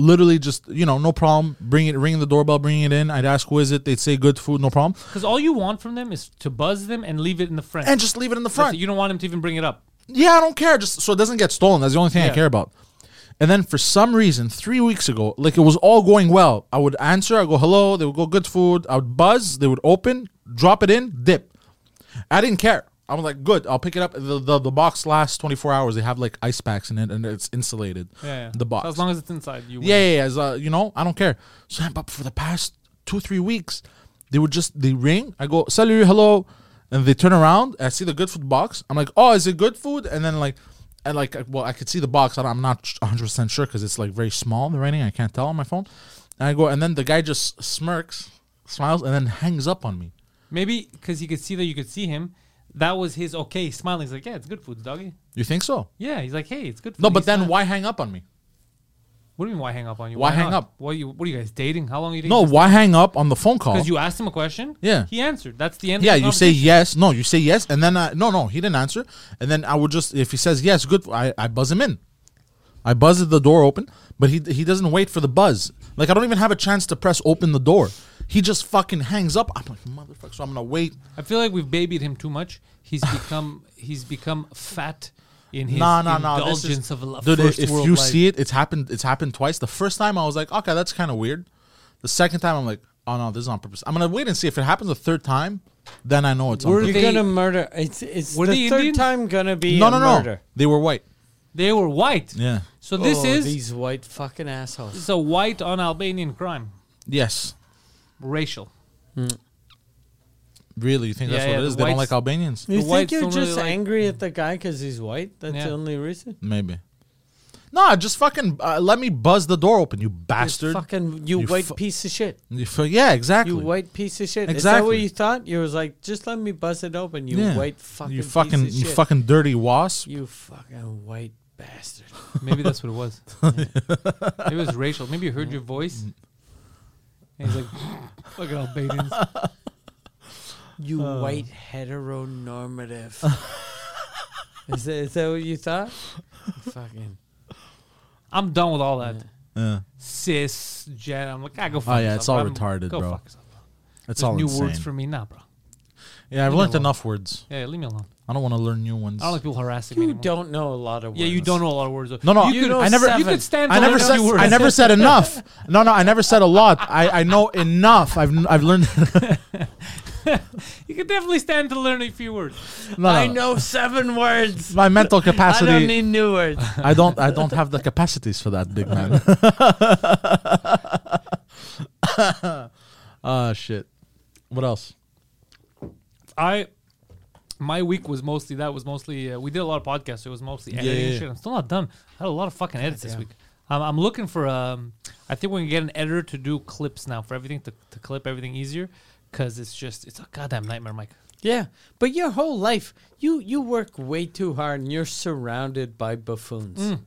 Speaker 3: literally just you know no problem. Bring it, ring the doorbell, bring it in. I'd ask who is it. They'd say good food, no problem,
Speaker 1: Because all you want from them is to buzz them and leave it in the front.
Speaker 3: and just leave it in the
Speaker 1: That's
Speaker 3: front.
Speaker 1: it. You don't want them to even bring it up.
Speaker 3: yeah, I don't care. Just so it doesn't get stolen. That's the only thing I
Speaker 1: Yeah.
Speaker 3: care about. And then for some reason, three weeks ago, like it was all going well. I would answer. I go hello. They would go good food. I would buzz. They would open, drop it in, dip. I didn't care. I was like, good. I'll pick it up. The, the, the box lasts 24 hours. They have like ice packs in it, and it's insulated.
Speaker 1: Yeah, yeah.
Speaker 3: The box.
Speaker 1: So as long as it's inside, you. Win.
Speaker 3: Yeah, yeah, yeah. As, uh, you know, I don't care. So, but for the past two, three weeks, they would just they ring. I go, "Salut, hello," and they turn around. I see the good food box. I'm like, "Oh, is it good food?" And then like, and like, uh, well, I could see the box. I don't- I'm not 100 percent sure because it's like very small. The writing, I can't tell on my phone. And I go, and then the guy just smirks, smiles, and then hangs up on me.
Speaker 1: Maybe because he could see that you could see him. That was his okay smiling. He's like, yeah, it's good food, doggy.
Speaker 3: You think so?
Speaker 1: Yeah, he's like, hey, it's good. Food.
Speaker 3: No,
Speaker 1: He
Speaker 3: but then
Speaker 1: smiled.
Speaker 3: why hang up on me?
Speaker 1: What do you mean? Why hang up on you?
Speaker 3: Why hang
Speaker 1: not?
Speaker 3: up?
Speaker 1: Why you? What are you guys dating? How long are you dating?
Speaker 3: No, why hang up on the phone call?
Speaker 1: Because you asked him a question.
Speaker 3: Yeah.
Speaker 1: He answered. That's the end.
Speaker 3: yeah,
Speaker 1: of the
Speaker 3: you say
Speaker 1: conversation.
Speaker 3: yes. No, you say yes, and then I, no, no, he didn't answer, and then I would just if he says yes, good. I, I buzz him in. I buzz the door open, but he he doesn't wait for the buzz. Like I don't even have a chance to press open the door. He just fucking hangs up. I'm like motherfucker. So I'm gonna wait.
Speaker 1: I feel like we've babied him too much. He's become he's become fat in his
Speaker 3: No, no, no. This
Speaker 1: indulgence
Speaker 3: is,
Speaker 1: of lo-
Speaker 3: dude,
Speaker 1: first
Speaker 3: if
Speaker 1: world
Speaker 3: you
Speaker 1: life.
Speaker 3: see it, it's happened. It's happened twice. The first time I was like, okay, that's kind of weird. The second time I'm like, oh no, this is on purpose. I'm gonna wait and see if it happens the third time. Then I know it's on
Speaker 1: Were
Speaker 3: purpose.
Speaker 2: You're
Speaker 1: they-
Speaker 2: gonna murder. It's it's
Speaker 1: Were
Speaker 2: the
Speaker 1: they
Speaker 2: third
Speaker 1: Indian?
Speaker 2: time gonna be
Speaker 3: No,
Speaker 2: a
Speaker 3: no, no.
Speaker 2: murder.
Speaker 3: They were white.
Speaker 1: they were white.
Speaker 3: Yeah.
Speaker 1: So this
Speaker 2: Oh,
Speaker 1: is
Speaker 2: these white fucking assholes.
Speaker 1: this is a white on Albanian crime,
Speaker 3: Yes.
Speaker 1: racial.
Speaker 3: Really, you think that's
Speaker 1: Yeah,
Speaker 3: what
Speaker 1: yeah,
Speaker 3: it
Speaker 1: the
Speaker 3: is? They don't
Speaker 1: whites-
Speaker 3: like Albanians.
Speaker 2: You think
Speaker 1: whites
Speaker 2: you're
Speaker 1: don't really
Speaker 2: just
Speaker 1: like-
Speaker 2: angry at the guy because he's white? That's the
Speaker 1: Yeah.
Speaker 2: only reason.
Speaker 3: Maybe. Nah, just fucking uh, let me buzz the door open, you bastard.
Speaker 2: Fucking you,
Speaker 3: You
Speaker 2: white
Speaker 3: fu-
Speaker 2: piece of shit.
Speaker 3: You fu- yeah, exactly.
Speaker 2: You white piece of shit. Is that what
Speaker 3: Exactly.
Speaker 2: you thought? You was like, just let me buzz it open. You
Speaker 3: Yeah.
Speaker 2: white fucking.
Speaker 3: You fucking,
Speaker 2: Piece of
Speaker 3: you
Speaker 2: shit.
Speaker 3: fucking dirty wasp.
Speaker 2: You fucking white bastard.
Speaker 1: Maybe that's what it was. Maybe it was racial. Maybe you heard your voice. And he's like, fucking Albanians.
Speaker 2: You white heteronormative. is, that, is that what you thought? fucking.
Speaker 1: I'm done with all that.
Speaker 3: Yeah. Oh,
Speaker 1: Cis, gen. I'm like, I go fuck
Speaker 3: yeah,
Speaker 1: yourself,
Speaker 3: it's all
Speaker 1: I'm-
Speaker 3: retarded,
Speaker 1: go
Speaker 3: bro.
Speaker 1: fuck yourself, bro.
Speaker 3: That's
Speaker 1: There's
Speaker 3: all
Speaker 1: new
Speaker 3: insane.
Speaker 1: words for me now, bro.
Speaker 3: yeah,
Speaker 1: Leave
Speaker 3: I've
Speaker 1: me
Speaker 3: learned
Speaker 1: alone.
Speaker 3: enough words.
Speaker 1: Yeah, leave me alone.
Speaker 3: I don't want to learn new ones.
Speaker 1: I don't like people harassing me
Speaker 2: You
Speaker 1: anymore.
Speaker 2: don't know a lot of words.
Speaker 1: Yeah, you don't know a lot of words. though.
Speaker 3: No, no,
Speaker 1: you,
Speaker 3: You
Speaker 1: could,
Speaker 3: know
Speaker 1: I never. You
Speaker 2: seven.
Speaker 1: could stand.
Speaker 3: I
Speaker 1: to
Speaker 3: never
Speaker 1: learn a
Speaker 3: said
Speaker 1: few words.
Speaker 3: I never said enough. No, no, I never said a lot. I, I know enough. I've kn- I've learned. no,
Speaker 1: You could definitely stand to learn a few words.
Speaker 3: no,
Speaker 2: I
Speaker 3: no.
Speaker 2: know seven words.
Speaker 3: my mental
Speaker 2: I
Speaker 3: capacity.
Speaker 2: don't need new words.
Speaker 3: I don't I don't have the capacities for that, big man. Ah shit. What else?
Speaker 1: I my week was mostly that was mostly uh, we did a lot of podcasts. So it was mostly editing
Speaker 3: yeah,
Speaker 1: and
Speaker 3: yeah.
Speaker 1: shit. I'm still not done. I had a lot of fucking edits this week. Um, I'm looking for um, I think we're gonna get an editor to do clips now for everything to, to clip everything easier because it's just it's a goddamn nightmare, Mike.
Speaker 2: Yeah, but your whole life, you you work way too hard, and you're surrounded by buffoons.
Speaker 3: Mm.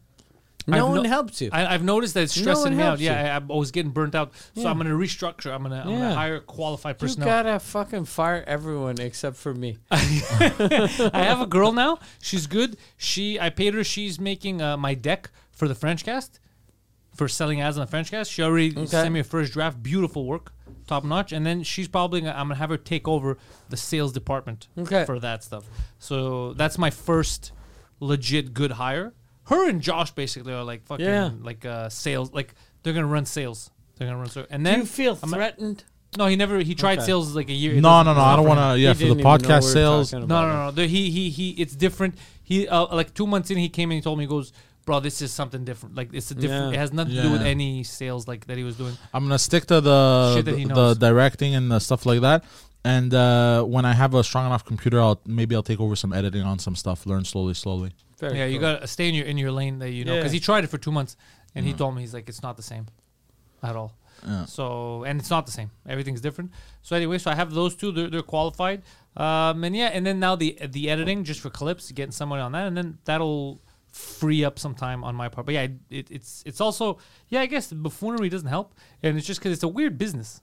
Speaker 2: No
Speaker 1: I've
Speaker 2: one
Speaker 1: no-
Speaker 2: helps you.
Speaker 1: I, I've noticed that it's
Speaker 2: No one
Speaker 1: stressing me out.
Speaker 2: helps you.
Speaker 1: Yeah, I, I'm always getting burnt out. So I'm gonna restructure. I'm gonna, I'm
Speaker 2: Yeah.
Speaker 1: gonna hire qualified
Speaker 2: you
Speaker 1: personnel.
Speaker 2: gotta fucking fire everyone except for me.
Speaker 1: I have a girl now. She's good. She I paid her. She's making uh, my deck for the French cast for selling ads on the French cast. She already sent me a first draft. Beautiful work, top notch. And then she's probably gonna, I'm gonna have her take over the sales department
Speaker 2: Okay.
Speaker 1: for that stuff. So that's my first legit good hire. Her and Josh basically are like fucking
Speaker 2: Yeah.
Speaker 1: like uh, sales. Like they're gonna run sales. They're gonna run sales. And
Speaker 2: Do
Speaker 1: then
Speaker 2: you feel
Speaker 1: I'm-
Speaker 2: threatened?
Speaker 1: no, he never. He tried
Speaker 2: Okay.
Speaker 1: sales like a year. It
Speaker 3: No,
Speaker 1: doesn't-
Speaker 3: no,
Speaker 1: it's
Speaker 3: no.
Speaker 1: not
Speaker 3: I don't
Speaker 1: for
Speaker 3: want
Speaker 1: him.
Speaker 3: to. Uh, Yeah,
Speaker 2: He
Speaker 3: for the
Speaker 2: didn't even know we were
Speaker 3: podcast sales.
Speaker 2: talking
Speaker 1: No,
Speaker 2: about
Speaker 1: no,
Speaker 2: it.
Speaker 1: no. The- he, he, he. It's different. He, uh, like two months in, he came and he told me, he goes, bro, this is something different. Like it's a different.
Speaker 2: Yeah.
Speaker 1: It has nothing to do with
Speaker 3: Yeah.
Speaker 1: any sales like that he was doing.
Speaker 3: I'm gonna stick to the
Speaker 1: Shit that he
Speaker 3: the, the
Speaker 1: knows.
Speaker 3: directing and the stuff like that. And uh, when I have a strong enough computer, I'll maybe I'll take over some editing on some stuff. Learn slowly, slowly.
Speaker 2: Very
Speaker 1: yeah, you
Speaker 2: cool.
Speaker 1: gotta stay in your in your lane that you know. Because
Speaker 2: Yeah. Mm-hmm.
Speaker 1: he tried it for two months, and he told me he's like, it's not the same, at all. So and it's not the same. Everything's different. So anyway, so I have those two. They're, they're qualified. Um, and yeah, and then now the the editing just for clips, getting someone on that, and then that'll free up some time on my part. But yeah, it, it's it's also yeah, I guess buffoonery doesn't help, and it's just because it's a weird business.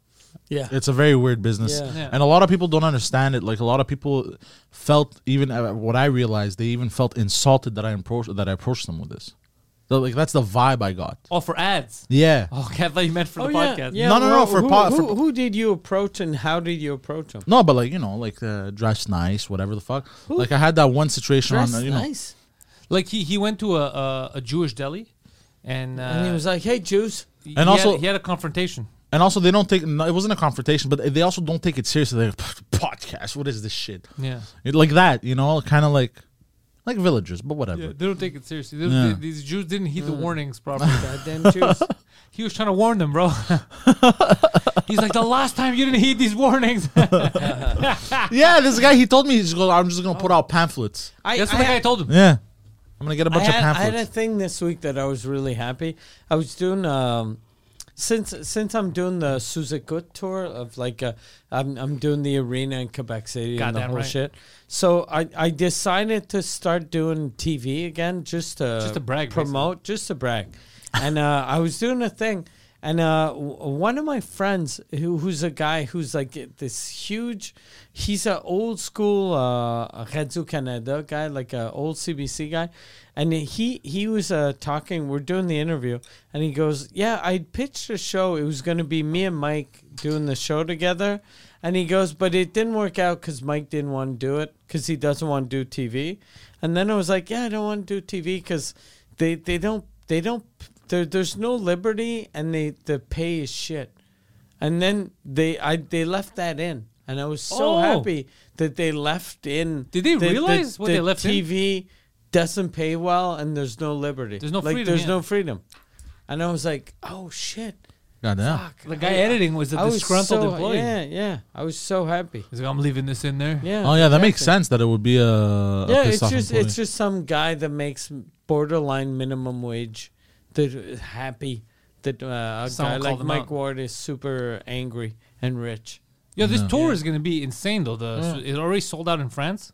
Speaker 2: Yeah.
Speaker 3: It's a very weird business,
Speaker 2: Yeah.
Speaker 1: Yeah.
Speaker 3: and a lot of people don't understand it. Like a lot of people felt even uh, what I realized, they even felt insulted that I approached that I approached them with this. So, like that's the vibe I got.
Speaker 1: Oh, for ads.
Speaker 3: Yeah.
Speaker 1: Oh, okay, I thought you meant for
Speaker 2: Oh,
Speaker 1: the
Speaker 2: yeah,
Speaker 1: podcast.
Speaker 2: yeah,
Speaker 3: No, no, no,
Speaker 2: well,
Speaker 3: for
Speaker 2: who,
Speaker 3: pod-
Speaker 2: who,
Speaker 3: for-
Speaker 2: who did you approach and how did you approach him?
Speaker 3: No, but like you know, like uh, dress nice, whatever the fuck. Like I had that one situation
Speaker 2: Dress
Speaker 3: on, uh, you know,
Speaker 2: nice.
Speaker 1: Like he he went to a a, a Jewish deli, and uh,
Speaker 2: and he was like, "Hey, Jews."
Speaker 1: he
Speaker 3: And also-
Speaker 1: had, he had a confrontation.
Speaker 3: and also they don't take. No, it wasn't a confrontation, but they also don't take it seriously. They're like, podcast, what is this shit?
Speaker 1: Yeah.
Speaker 3: It- like that, you know, kind of like, like villagers, but whatever.
Speaker 1: Yeah, they don't take it seriously. They-
Speaker 3: Yeah.
Speaker 1: they- these Jews didn't heed the warnings properly.
Speaker 2: Goddamn Jews.
Speaker 1: he was trying to warn them, bro. He's like, the last time you didn't heed these warnings. That's what
Speaker 3: Yeah, this guy, he told me he's going. I'm just gonna put out pamphlets.
Speaker 2: I,
Speaker 1: the
Speaker 2: I-
Speaker 1: guy told him.
Speaker 3: Yeah, I'm gonna get a bunch
Speaker 2: I had,
Speaker 3: of
Speaker 2: I had a
Speaker 3: pamphlets.
Speaker 2: thing this week that I was really happy. I was doing um, since since I'm doing the Suzukut tour of like uh, I'm I'm doing the arena in Quebec City and the
Speaker 1: Goddamn
Speaker 2: whole
Speaker 1: right.
Speaker 2: shit. So I I decided to start doing TV again just to
Speaker 1: Just to brag, basically.
Speaker 2: promote, just to brag. And uh, I was doing a thing, and uh, w- one of my friends who, who's a guy who's like this huge, he's an old school uh, Redzu Canada guy, like an old CBC guy, and he he was uh, talking. We're doing the interview, and he goes, "Yeah, I pitched a show. It was going to be me and Mike doing the show together." And he goes, but it didn't work out because Mike didn't want to do it because he doesn't want to do TV. And then I was like, yeah, I don't want to do TV because they, they don't they don't there, there's no liberty and they the pay is shit. And then they I they left that in, and I was so
Speaker 1: Oh.
Speaker 2: happy that they left in.
Speaker 1: Did they
Speaker 2: that- that
Speaker 1: realize what
Speaker 2: the
Speaker 1: they left in?
Speaker 2: TV doesn't pay well, and there's no liberty.
Speaker 1: There's no
Speaker 2: like,
Speaker 1: freedom,
Speaker 2: There's
Speaker 1: yeah.
Speaker 2: no freedom. And I was like, oh shit.
Speaker 3: Goddamn.
Speaker 2: Fuck.
Speaker 1: The guy
Speaker 2: I-
Speaker 1: editing was a
Speaker 2: I
Speaker 1: disgruntled
Speaker 2: so,
Speaker 1: employee.
Speaker 2: Yeah, yeah. I was so happy.
Speaker 1: He's like, I'm leaving this in there.
Speaker 2: Yeah.
Speaker 3: Oh yeah, that makes
Speaker 2: exactly.
Speaker 3: sense that it would be a, a
Speaker 2: Yeah,
Speaker 3: pissed
Speaker 2: it's
Speaker 3: off
Speaker 2: just
Speaker 3: employee.
Speaker 2: it's just some guy that makes borderline minimum wage that is happy that uh, a
Speaker 1: Someone
Speaker 2: guy
Speaker 1: called
Speaker 2: like
Speaker 1: him
Speaker 2: Mike
Speaker 1: out.
Speaker 2: Ward is super angry and rich.
Speaker 1: Yo, this tour is gonna be insane though. The it already sold out in France.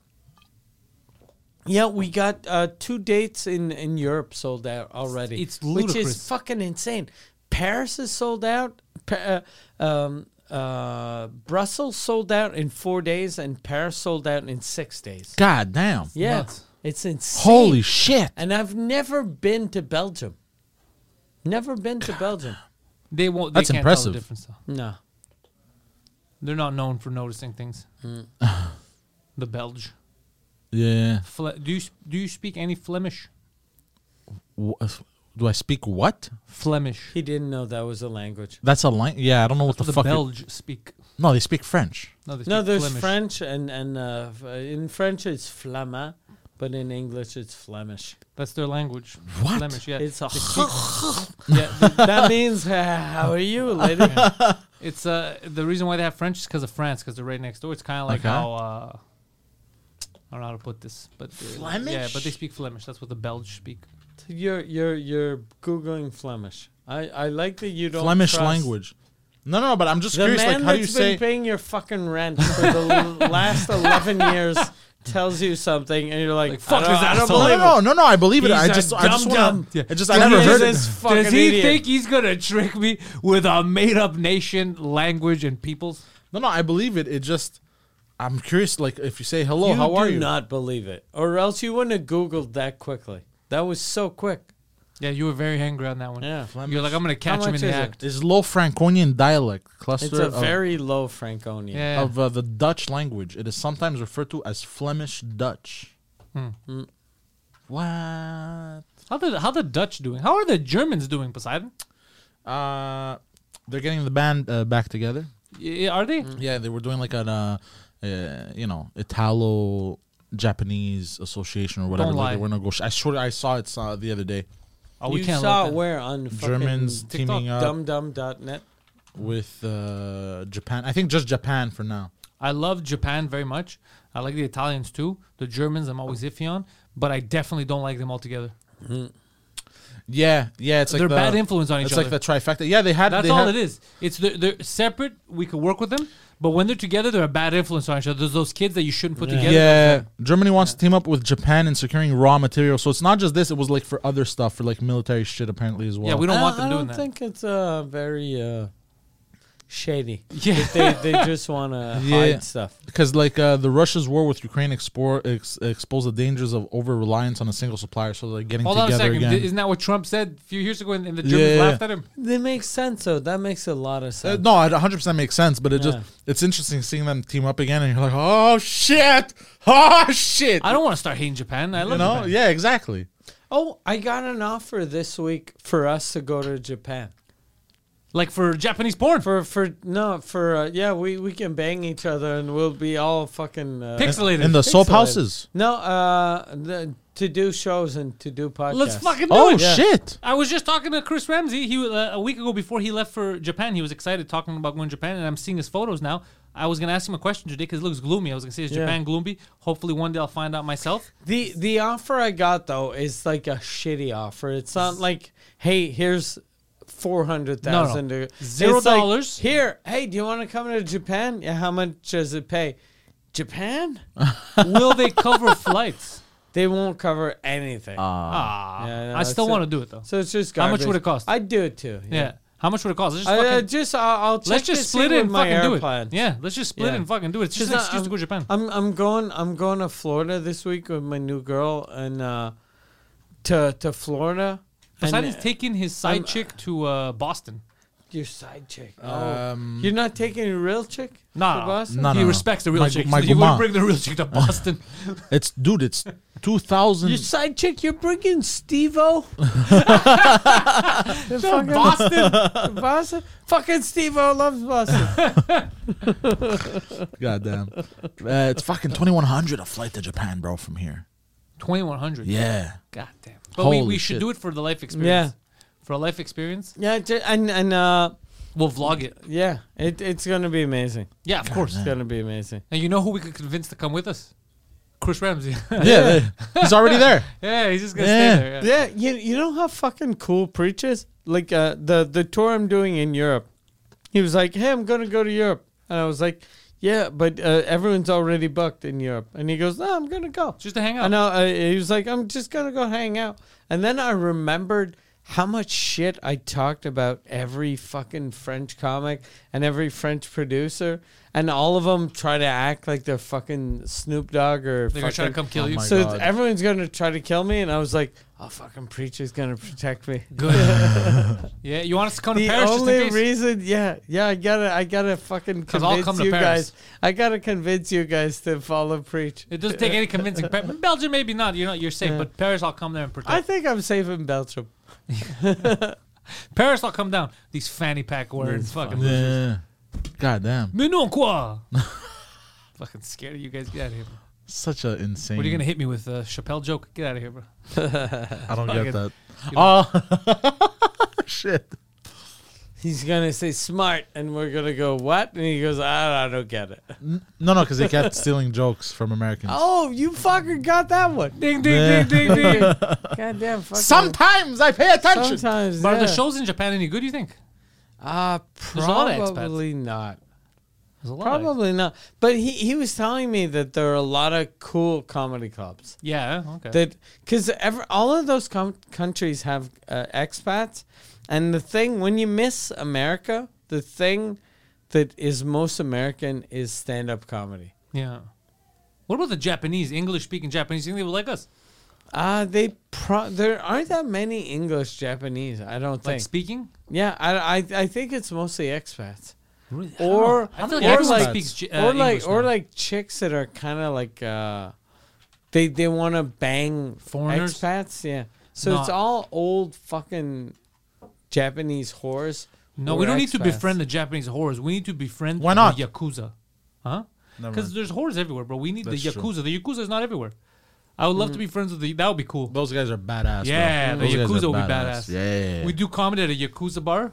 Speaker 2: Yeah, we got uh, two dates in, in Europe sold out already.
Speaker 1: It's
Speaker 2: Which
Speaker 1: ludicrous.
Speaker 2: is fucking insane. Paris is sold out. Pa- uh, um, uh, Brussels sold out in four days, and Paris sold out in six days.
Speaker 3: God damn.
Speaker 2: Yeah,
Speaker 1: nuts.
Speaker 2: it's insane.
Speaker 3: Holy shit.
Speaker 2: And I've never been to Belgium. Never been to Belgium.
Speaker 1: They won't. They
Speaker 3: That's
Speaker 1: can't Tell
Speaker 3: impressive.
Speaker 1: the difference, though.
Speaker 2: No.
Speaker 1: They're not known for noticing things.
Speaker 3: Mm.
Speaker 1: the Belge.
Speaker 3: Yeah.
Speaker 1: Fle- do you s- do you speak any Flemish?
Speaker 3: Wha- uh, Do I speak what?
Speaker 1: Flemish.
Speaker 2: He didn't know that was a language.
Speaker 3: That's a line. Yeah, I don't know what the,
Speaker 1: The
Speaker 3: fuck. it-
Speaker 1: Belge speak.
Speaker 3: no, they speak French.
Speaker 1: No, they
Speaker 2: no,
Speaker 1: speak
Speaker 2: there's
Speaker 1: Flemish.
Speaker 2: French, and, and uh, f- uh, in French it's Flama, but in English it's Flemish.
Speaker 1: That's their language.
Speaker 3: What?
Speaker 1: Flemish? Yeah,
Speaker 2: It's a
Speaker 1: They speak-
Speaker 2: yeah, th- that means, uh, how are you, lady?
Speaker 1: It's uh the reason why they have French is because of France, because they're right next door. It's kind of like
Speaker 3: Okay.
Speaker 1: how uh, I don't know how to put this, but they- Yeah, but they
Speaker 3: Flemish?
Speaker 1: speak Flemish. That's what the Belge speak.
Speaker 2: you're, you're, you're Googling Flemish. I, I like that you don't
Speaker 3: Flemish
Speaker 2: trust
Speaker 3: language. No, no, no, but I'm just
Speaker 2: The
Speaker 3: curious.
Speaker 2: man
Speaker 3: Like, how do you
Speaker 2: that's
Speaker 3: say?
Speaker 2: been paying your fucking rent for the l- last 11 years tells you something, and you're like,
Speaker 1: Like, fuck
Speaker 2: I don't,
Speaker 1: this
Speaker 2: I don't
Speaker 1: asshole.
Speaker 3: no,
Speaker 2: believe
Speaker 3: no,
Speaker 2: it.
Speaker 3: no, no, no. I believe it.
Speaker 2: He's
Speaker 3: I
Speaker 2: a
Speaker 3: just, I just
Speaker 2: dum-dum.
Speaker 3: want. Yeah, I just,
Speaker 2: He
Speaker 3: I never
Speaker 2: is
Speaker 3: heard
Speaker 2: this
Speaker 3: it.
Speaker 2: fucking
Speaker 1: Does he
Speaker 2: idiot.
Speaker 1: think he's gonna trick me with a made-up nation, language, and peoples?
Speaker 3: No, no, I believe it. It just, I'm curious. Like, if you say hello,
Speaker 2: you
Speaker 3: Oh, how
Speaker 2: do
Speaker 3: are you?
Speaker 2: not believe it, or else you wouldn't have googled that quickly. That was so quick.
Speaker 1: Yeah, you were very angry on that one.
Speaker 2: Yeah.
Speaker 1: you're like, I'm gonna catch him in
Speaker 2: much
Speaker 1: the
Speaker 2: is it?
Speaker 1: act.
Speaker 3: It's low Franconian dialect cluster
Speaker 2: It's a
Speaker 3: of-
Speaker 2: very low Franconian.
Speaker 1: Yeah,
Speaker 3: of uh, the Dutch language. It is sometimes referred to as Flemish Dutch.
Speaker 1: Hmm.
Speaker 3: What?
Speaker 1: how the how the Dutch doing? How are the Germans doing, Poseidon?
Speaker 3: Uh, they're getting the band uh, back together.
Speaker 1: Y- are they?
Speaker 2: Mm.
Speaker 3: Yeah, they were doing like an, uh, uh, you know, Italo Japanese Association or whatever.
Speaker 1: Don't
Speaker 3: Like they
Speaker 1: lie.
Speaker 3: were negoti- I swear, I saw it uh, the other day.
Speaker 1: Oh,
Speaker 2: you
Speaker 1: we can't.
Speaker 2: saw
Speaker 1: let
Speaker 2: it
Speaker 1: that-
Speaker 2: where on fucking
Speaker 3: Germans
Speaker 1: TikTok,
Speaker 3: teaming up
Speaker 2: dumdum.net.
Speaker 3: with uh, Japan. I think just Japan for now.
Speaker 1: I love Japan very much. I like the Italians too. The Germans, I'm always iffy on, but I definitely don't like them altogether.
Speaker 3: Yeah, yeah. It's like
Speaker 1: They're
Speaker 3: the,
Speaker 1: bad influence on each
Speaker 3: it's
Speaker 1: other.
Speaker 3: It's like the trifecta. Yeah, they had.
Speaker 1: That's
Speaker 3: they
Speaker 1: all it
Speaker 3: had-
Speaker 1: is. It's they're, they're separate. We could work with them, but when they're together, they're a bad influence on each other. There's those kids that you shouldn't put together.
Speaker 3: Yeah, Germany wants to team up with Japan in securing raw material. So it's not just this; it was like for other stuff, for like military shit, apparently as well.
Speaker 1: Yeah, we don't
Speaker 2: I-
Speaker 1: want them
Speaker 2: I
Speaker 1: doing
Speaker 2: don't
Speaker 1: that.
Speaker 2: think it's uh, very uh, shady.
Speaker 1: Yeah.
Speaker 2: They, they just want to
Speaker 3: Yeah.
Speaker 2: hide stuff.
Speaker 3: because like uh, the Russia's war with Ukraine explore, ex- exposed the dangers of over reliance on a single supplier. So they're getting
Speaker 1: Hold on a
Speaker 3: together
Speaker 1: second.
Speaker 3: again.
Speaker 1: Th- Isn't that what Trump said a few years ago? And, and the Germans
Speaker 3: Yeah.
Speaker 1: laughed at him.
Speaker 2: That makes sense, though. That makes a lot of
Speaker 3: Uh,
Speaker 2: sense.
Speaker 3: no, it 100 percent makes sense, but it
Speaker 2: Yeah.
Speaker 3: just it's interesting seeing them team up again, and you're like, oh shit, oh shit.
Speaker 1: I don't want to start hating Japan. I love
Speaker 3: you know,
Speaker 1: Japan.
Speaker 3: yeah, exactly.
Speaker 2: Oh, I got an offer this week for us to go to Japan.
Speaker 1: Like for Japanese porn.
Speaker 2: For for no for uh, yeah we we can bang each other and we'll be all fucking uh,
Speaker 1: Pixelated.
Speaker 3: In the soap
Speaker 2: pixelated.
Speaker 3: houses.
Speaker 2: No, uh, the, to do shows and to do podcasts.
Speaker 1: Let's fucking do
Speaker 3: Oh
Speaker 1: it.
Speaker 3: shit.
Speaker 1: I was just talking to Chris Ramsey. He uh, a week ago before he left for Japan, he was excited talking about going to Japan, and I'm seeing his photos now. I was gonna ask him a question today because it looks gloomy. I was gonna say, is
Speaker 2: Yeah.
Speaker 1: Japan gloomy? Hopefully, one day I'll find out myself.
Speaker 2: The the offer I got though is like a shitty offer. It's not like, hey, here's four hundred thousand.
Speaker 1: No, no. Zero dollars.
Speaker 2: here, hey, do you want to come to Japan? Yeah, how much does it pay? Japan?
Speaker 1: Will they cover flights?
Speaker 2: They won't cover anything.
Speaker 1: Ah,
Speaker 2: Yeah, no,
Speaker 1: I still
Speaker 2: so-
Speaker 1: want to do it though.
Speaker 2: so it's just
Speaker 1: How
Speaker 2: garbage.
Speaker 1: much would it cost?
Speaker 2: I'd do it too.
Speaker 1: yeah. How much would it cost? Let's
Speaker 2: I,
Speaker 1: just,
Speaker 2: I
Speaker 1: fucking,
Speaker 2: just I'll, I'll check
Speaker 1: let's just
Speaker 2: to see
Speaker 1: split it
Speaker 2: with
Speaker 1: and
Speaker 2: my
Speaker 1: fucking do it.
Speaker 2: airplane.
Speaker 1: Yeah, let's just split
Speaker 2: Yeah.
Speaker 1: it and fucking do it. It's just an
Speaker 2: not-
Speaker 1: excuse to go to Japan.
Speaker 2: I'm I'm going I'm going to Florida this week with my new girl and uh, to to Florida.
Speaker 1: Poseidon's
Speaker 2: and, uh,
Speaker 1: taking his side chick to uh, Boston.
Speaker 2: your side chick. Oh, you're not taking a real chick. to
Speaker 1: Nah,
Speaker 2: Boston?
Speaker 3: No,
Speaker 1: he
Speaker 3: no, no.
Speaker 1: respects the real
Speaker 3: My-
Speaker 1: chick.
Speaker 3: my
Speaker 1: so you wouldn't
Speaker 3: guma.
Speaker 1: bring the real chick to Boston.
Speaker 3: It's dude. It's two thousand.
Speaker 1: Hmm.
Speaker 2: Your side chick, you're bringing Steve-O? fucking
Speaker 1: Boston.
Speaker 2: Boston? Fucking Steve-O loves Boston.
Speaker 3: Goddamn. Uh, it's fucking twenty one hundred a flight to Japan, bro, from here.
Speaker 1: Twenty one hundred.
Speaker 3: Yeah.
Speaker 1: God damn. But we, we
Speaker 3: Holy
Speaker 1: should
Speaker 3: shit.
Speaker 1: do it for the life experience. For a life experience,
Speaker 2: yeah, ju- and and uh,
Speaker 1: we'll vlog it.
Speaker 2: yeah, it, it's gonna be amazing.
Speaker 1: Yeah, of course.
Speaker 2: It's gonna be amazing.
Speaker 1: And you know who we could convince to come with us? Chris Ramsey.
Speaker 3: Yeah, they- he's already there.
Speaker 1: yeah, he's just gonna
Speaker 3: Yeah.
Speaker 1: stay there. Yeah.
Speaker 2: Yeah, you you know how fucking cool preaches like uh, the the tour I'm doing in Europe. He was like, "Hey, I'm gonna go to Europe," and I was like, "Yeah, but uh, everyone's already booked in Europe." And he goes, "No, I'm gonna go."
Speaker 1: Just to hang
Speaker 2: I
Speaker 1: out.
Speaker 2: know. Uh, he was like, I'm just going to go hang out. And then I remembered how much shit I talked about every fucking French comic and every French producer. And all of them try to act like they're fucking Snoop Dogg or
Speaker 1: They're gonna try to
Speaker 2: fucking-
Speaker 1: come kill
Speaker 3: Oh
Speaker 1: you.
Speaker 3: my
Speaker 2: So
Speaker 3: God.
Speaker 2: everyone's going to try to kill me. And I was like, oh, fucking preacher's going to protect me.
Speaker 1: Good. yeah, you want us to come to
Speaker 2: The
Speaker 1: Paris just in
Speaker 2: only
Speaker 1: case?
Speaker 2: reason, yeah, yeah, I gotta, I gotta fucking
Speaker 1: 'Cause I'll
Speaker 2: convince
Speaker 1: come to
Speaker 2: you
Speaker 1: Paris.
Speaker 2: guys. I gotta convince you guys to follow preach.
Speaker 1: it doesn't take any convincing. Pa- Belgium, maybe not. You're not. You're safe. But Paris, I'll come there and protect.
Speaker 2: I think I'm safe in Belgium.
Speaker 1: Paris, I'll come down. These fanny pack words, fucking losers.
Speaker 3: Yeah. Goddamn.
Speaker 1: Mais non quoi? fucking scared of you guys. Get out of here. Bro.
Speaker 3: Such an insane.
Speaker 1: What are you gonna hit me with? A Chappelle joke? Get out of here, bro.
Speaker 3: I don't get that.
Speaker 1: fucking-
Speaker 3: Oh shit.
Speaker 2: He's gonna say smart, and we're gonna go what? And he goes, I, I don't get it.
Speaker 3: No, no, because they kept stealing jokes from Americans.
Speaker 2: Oh, you fucking got that one.
Speaker 1: Ding ding ding ding ding.
Speaker 2: Goddamn, fucking.
Speaker 3: Sometimes I pay attention.
Speaker 2: sometimes.
Speaker 1: But are
Speaker 2: yeah.
Speaker 1: the shows in Japan any good? You think?
Speaker 2: Uh,
Speaker 1: There's a lot of expats.
Speaker 2: probably not.
Speaker 1: There's a lot. of-
Speaker 2: Probably not. But he he was telling me that there are a lot of cool comedy clubs.
Speaker 1: Yeah. Okay.
Speaker 2: that because ever all of those com- countries have uh, expats, and the thing when you miss America, the thing that is most American is stand up comedy.
Speaker 1: yeah. What about the Japanese, English speaking Japanese? You think they would like us?
Speaker 2: Uh, they pro- there aren't that many English Japanese. I don't
Speaker 1: Like
Speaker 2: think.
Speaker 1: speaking?
Speaker 2: yeah, I, I I think it's mostly expats.
Speaker 1: Really? I don't know.
Speaker 2: Or
Speaker 1: I feel like
Speaker 2: or
Speaker 1: everyone
Speaker 2: like,
Speaker 1: speaks J- uh,
Speaker 2: or like
Speaker 1: English
Speaker 2: or
Speaker 1: now.
Speaker 2: like chicks that are kind of like uh, they they want to bang
Speaker 1: Foreigners?
Speaker 2: expats. Yeah, so it's
Speaker 1: No.
Speaker 2: all old fucking Japanese whores.
Speaker 1: No,
Speaker 2: who
Speaker 1: we
Speaker 2: are
Speaker 1: don't need to
Speaker 2: expats.
Speaker 1: befriend the Japanese whores. We need to befriend
Speaker 3: Why not?
Speaker 1: the yakuza, huh?
Speaker 3: Never
Speaker 1: Because
Speaker 3: mind.
Speaker 1: there's whores everywhere, bro. We need the
Speaker 3: That's true.
Speaker 1: yakuza. The yakuza is not everywhere. I would love
Speaker 2: Mm.
Speaker 1: to be friends with the. That would be cool.
Speaker 3: Those guys are badass.
Speaker 1: yeah, the
Speaker 3: bro. Those guys
Speaker 1: yakuza
Speaker 3: are
Speaker 1: would be badass.
Speaker 3: Yeah,
Speaker 1: We do comedy at a yakuza bar.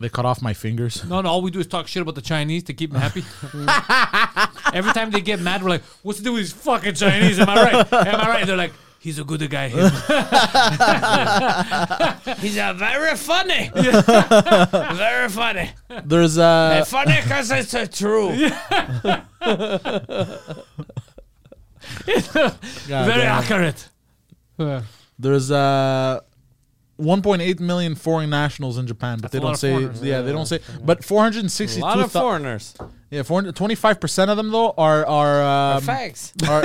Speaker 3: they cut off my fingers.
Speaker 1: No, no, all we do is talk shit about the Chinese to keep them happy. Every time they get mad, we're like, "What's the deal with these fucking Chinese? Am I right? Am I right?" And they're like, "He's a good guy." him."
Speaker 2: He's a very funny, very funny,
Speaker 3: There's uh,
Speaker 2: funny because it's a true.
Speaker 1: Very
Speaker 3: goddamn.
Speaker 1: accurate. Yeah.
Speaker 3: There's uh 1.8 million foreign nationals in Japan, but
Speaker 1: That's a
Speaker 3: they
Speaker 1: lot
Speaker 3: don't
Speaker 1: of
Speaker 3: say.
Speaker 1: foreigners.
Speaker 3: Yeah, they don't say. But 462.
Speaker 2: A lot of foreigners.
Speaker 3: Yeah, 25 percent of them though are are. Um,
Speaker 2: Facts.
Speaker 3: are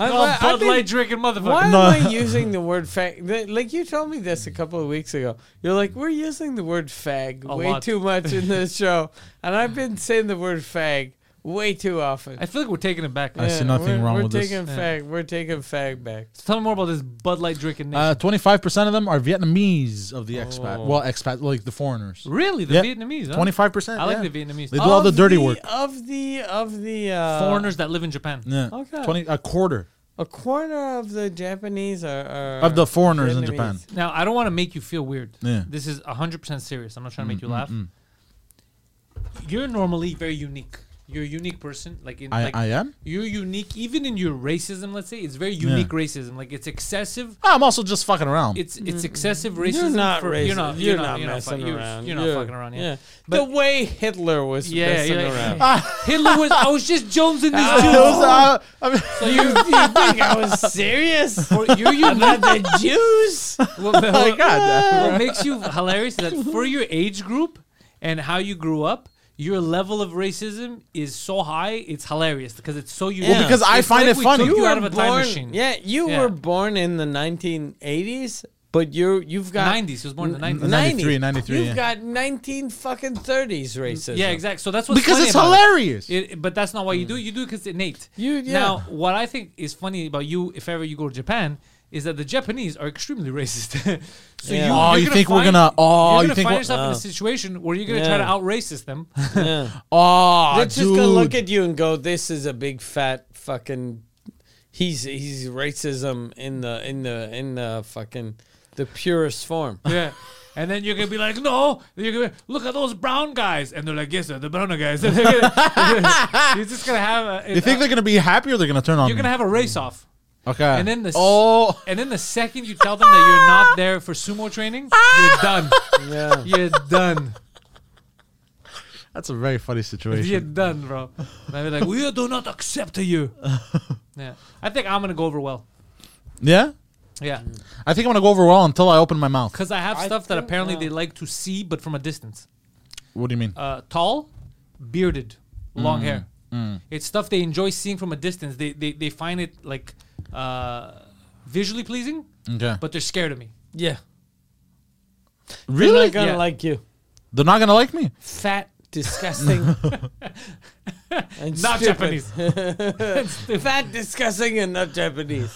Speaker 2: I'm-
Speaker 1: All
Speaker 2: I've
Speaker 1: Bud
Speaker 2: been-
Speaker 1: Light drinking
Speaker 2: Why
Speaker 1: motherfucker.
Speaker 2: am I using the word fag? Th- Like you told me this a couple of weeks ago. You're like, we're using the word fag
Speaker 1: A
Speaker 2: way
Speaker 1: lot.
Speaker 2: too much in this show, and I've been saying the word fag way too often.
Speaker 1: I feel like we're taking it back.
Speaker 3: I see nothing
Speaker 2: we're,
Speaker 3: wrong
Speaker 2: we're
Speaker 3: with this.
Speaker 2: taking fag. We're taking fag back.
Speaker 1: So tell me more about this Bud Light drinking. nation.
Speaker 3: uh, 25% of them are Vietnamese of the expat. Well, expat like the foreigners.
Speaker 1: Oh. really, the
Speaker 3: yeah.
Speaker 1: Vietnamese. Huh?
Speaker 3: 25%.
Speaker 1: I like
Speaker 3: yeah.
Speaker 1: the Vietnamese. Oh,
Speaker 3: They do all the
Speaker 2: Of
Speaker 3: dirty work.
Speaker 2: of the of the uh,
Speaker 1: Foreigners that live in Japan.
Speaker 3: Yeah.
Speaker 2: Okay.
Speaker 3: 20 a quarter
Speaker 2: A quarter of the Japanese are, are
Speaker 3: of the foreigners in
Speaker 2: Vietnamese.
Speaker 3: Japan.
Speaker 1: Now, I don't want to make you feel weird.
Speaker 3: Yeah. Mm,
Speaker 1: This is 100% serious. I'm not trying to make you laugh. You're normally very unique. You're a unique person. Like, in,
Speaker 3: I-
Speaker 1: like
Speaker 3: I am?
Speaker 1: You're unique, even in your racism. Let's say it's very unique racism. Like it's excessive.
Speaker 3: Ah, I'm also just fucking around.
Speaker 1: It's it's excessive racism.
Speaker 2: Mm. You're not
Speaker 1: for,
Speaker 2: racist.
Speaker 1: You're not. You're, not. You're not,
Speaker 2: messing
Speaker 1: fuck- you're-
Speaker 2: around.
Speaker 1: You're, not fucking around. Yeah.
Speaker 2: the way Hitler was
Speaker 1: Yeah,
Speaker 2: messing
Speaker 1: yeah, Ah,
Speaker 2: around.
Speaker 1: Hitler was. I was just jonesing these
Speaker 3: Dude, those-
Speaker 1: dudes.
Speaker 3: I- I mean-
Speaker 1: So you,
Speaker 2: you think I was serious
Speaker 1: for, you're
Speaker 2: about
Speaker 1: unique.
Speaker 2: the Jews?
Speaker 3: Oh
Speaker 1: What, what-
Speaker 2: God.
Speaker 1: what makes you hilarious is that for your age group and how you grew up, your level of racism is so high. It's hilarious because it's so unique.
Speaker 2: Well, because
Speaker 3: I
Speaker 1: It's
Speaker 3: find
Speaker 1: like
Speaker 3: it
Speaker 1: we
Speaker 3: funny.
Speaker 1: took You,
Speaker 3: You
Speaker 1: out
Speaker 2: were
Speaker 1: of a time
Speaker 2: born-
Speaker 1: machine.
Speaker 2: Yeah, you
Speaker 1: Yeah.
Speaker 2: were born in the 1980s, but you you've got
Speaker 1: 90s. He was born in the 90s.
Speaker 3: 93, 93,
Speaker 2: You've
Speaker 3: yeah.
Speaker 2: got 19 fucking 30s racism.
Speaker 1: Yeah, exactly. So that's what's
Speaker 3: because
Speaker 1: funny
Speaker 3: it's
Speaker 1: about it.
Speaker 3: hilarious. Mm.
Speaker 1: It, but that's not why you do. it. You do it because it's innate.
Speaker 2: You- yeah.
Speaker 1: Now, what I think is funny about you, if ever you go to Japan, is that the Japanese are extremely racist. so
Speaker 2: Yeah.
Speaker 1: you,
Speaker 3: Oh,
Speaker 1: you're
Speaker 3: you
Speaker 1: gonna
Speaker 3: think we're
Speaker 1: find-
Speaker 3: gonna- oh,
Speaker 1: you're
Speaker 3: you
Speaker 1: gonna
Speaker 3: think
Speaker 1: find
Speaker 3: we're-
Speaker 1: yourself in a situation where you're gonna try
Speaker 2: Yeah.
Speaker 1: to out racist them.
Speaker 3: oh,
Speaker 2: They're
Speaker 3: dude.
Speaker 2: just gonna look at you and go, "This is a big fat fucking." He's he's racism in the in the in the fucking the purest form.
Speaker 1: yeah. And then you're gonna be like, no, you're gonna be, look at those brown guys, and they're like, yes, sir, the brown guys. And they're gonna- you're just gonna have. A,
Speaker 3: you think they're gonna be happy or they're gonna turn on?
Speaker 1: you're gonna
Speaker 3: me?
Speaker 1: have a race off.
Speaker 3: okay.
Speaker 1: And then the s-
Speaker 3: oh,
Speaker 1: And then the second you tell them that you're not there for sumo training, you're
Speaker 3: Ah.
Speaker 1: done.
Speaker 2: Yeah.
Speaker 1: You're done.
Speaker 3: that's a very funny
Speaker 1: You're
Speaker 3: situation.
Speaker 1: done, bro. And I'll be like, we do not accept you. Yeah. I think I'm going to go over well.
Speaker 3: Yeah,
Speaker 1: Yeah.
Speaker 3: I think I'm gonna go over well until I open my mouth.
Speaker 1: Because I have stuff that apparently they like to see, but from a distance.
Speaker 3: What do you mean?
Speaker 1: Uh, tall, bearded, long hair. It's stuff they enjoy seeing from a distance. They, they, they find it like uh, visually pleasing,
Speaker 3: okay,
Speaker 1: Uh, but they're scared of me.
Speaker 2: Yeah,
Speaker 3: really,
Speaker 2: not gonna
Speaker 1: Yeah.
Speaker 2: like you.
Speaker 3: they're not gonna like me.
Speaker 2: Fat, disgusting, and
Speaker 1: Not
Speaker 2: stupid.
Speaker 1: Japanese.
Speaker 2: Fat, disgusting, and not Japanese.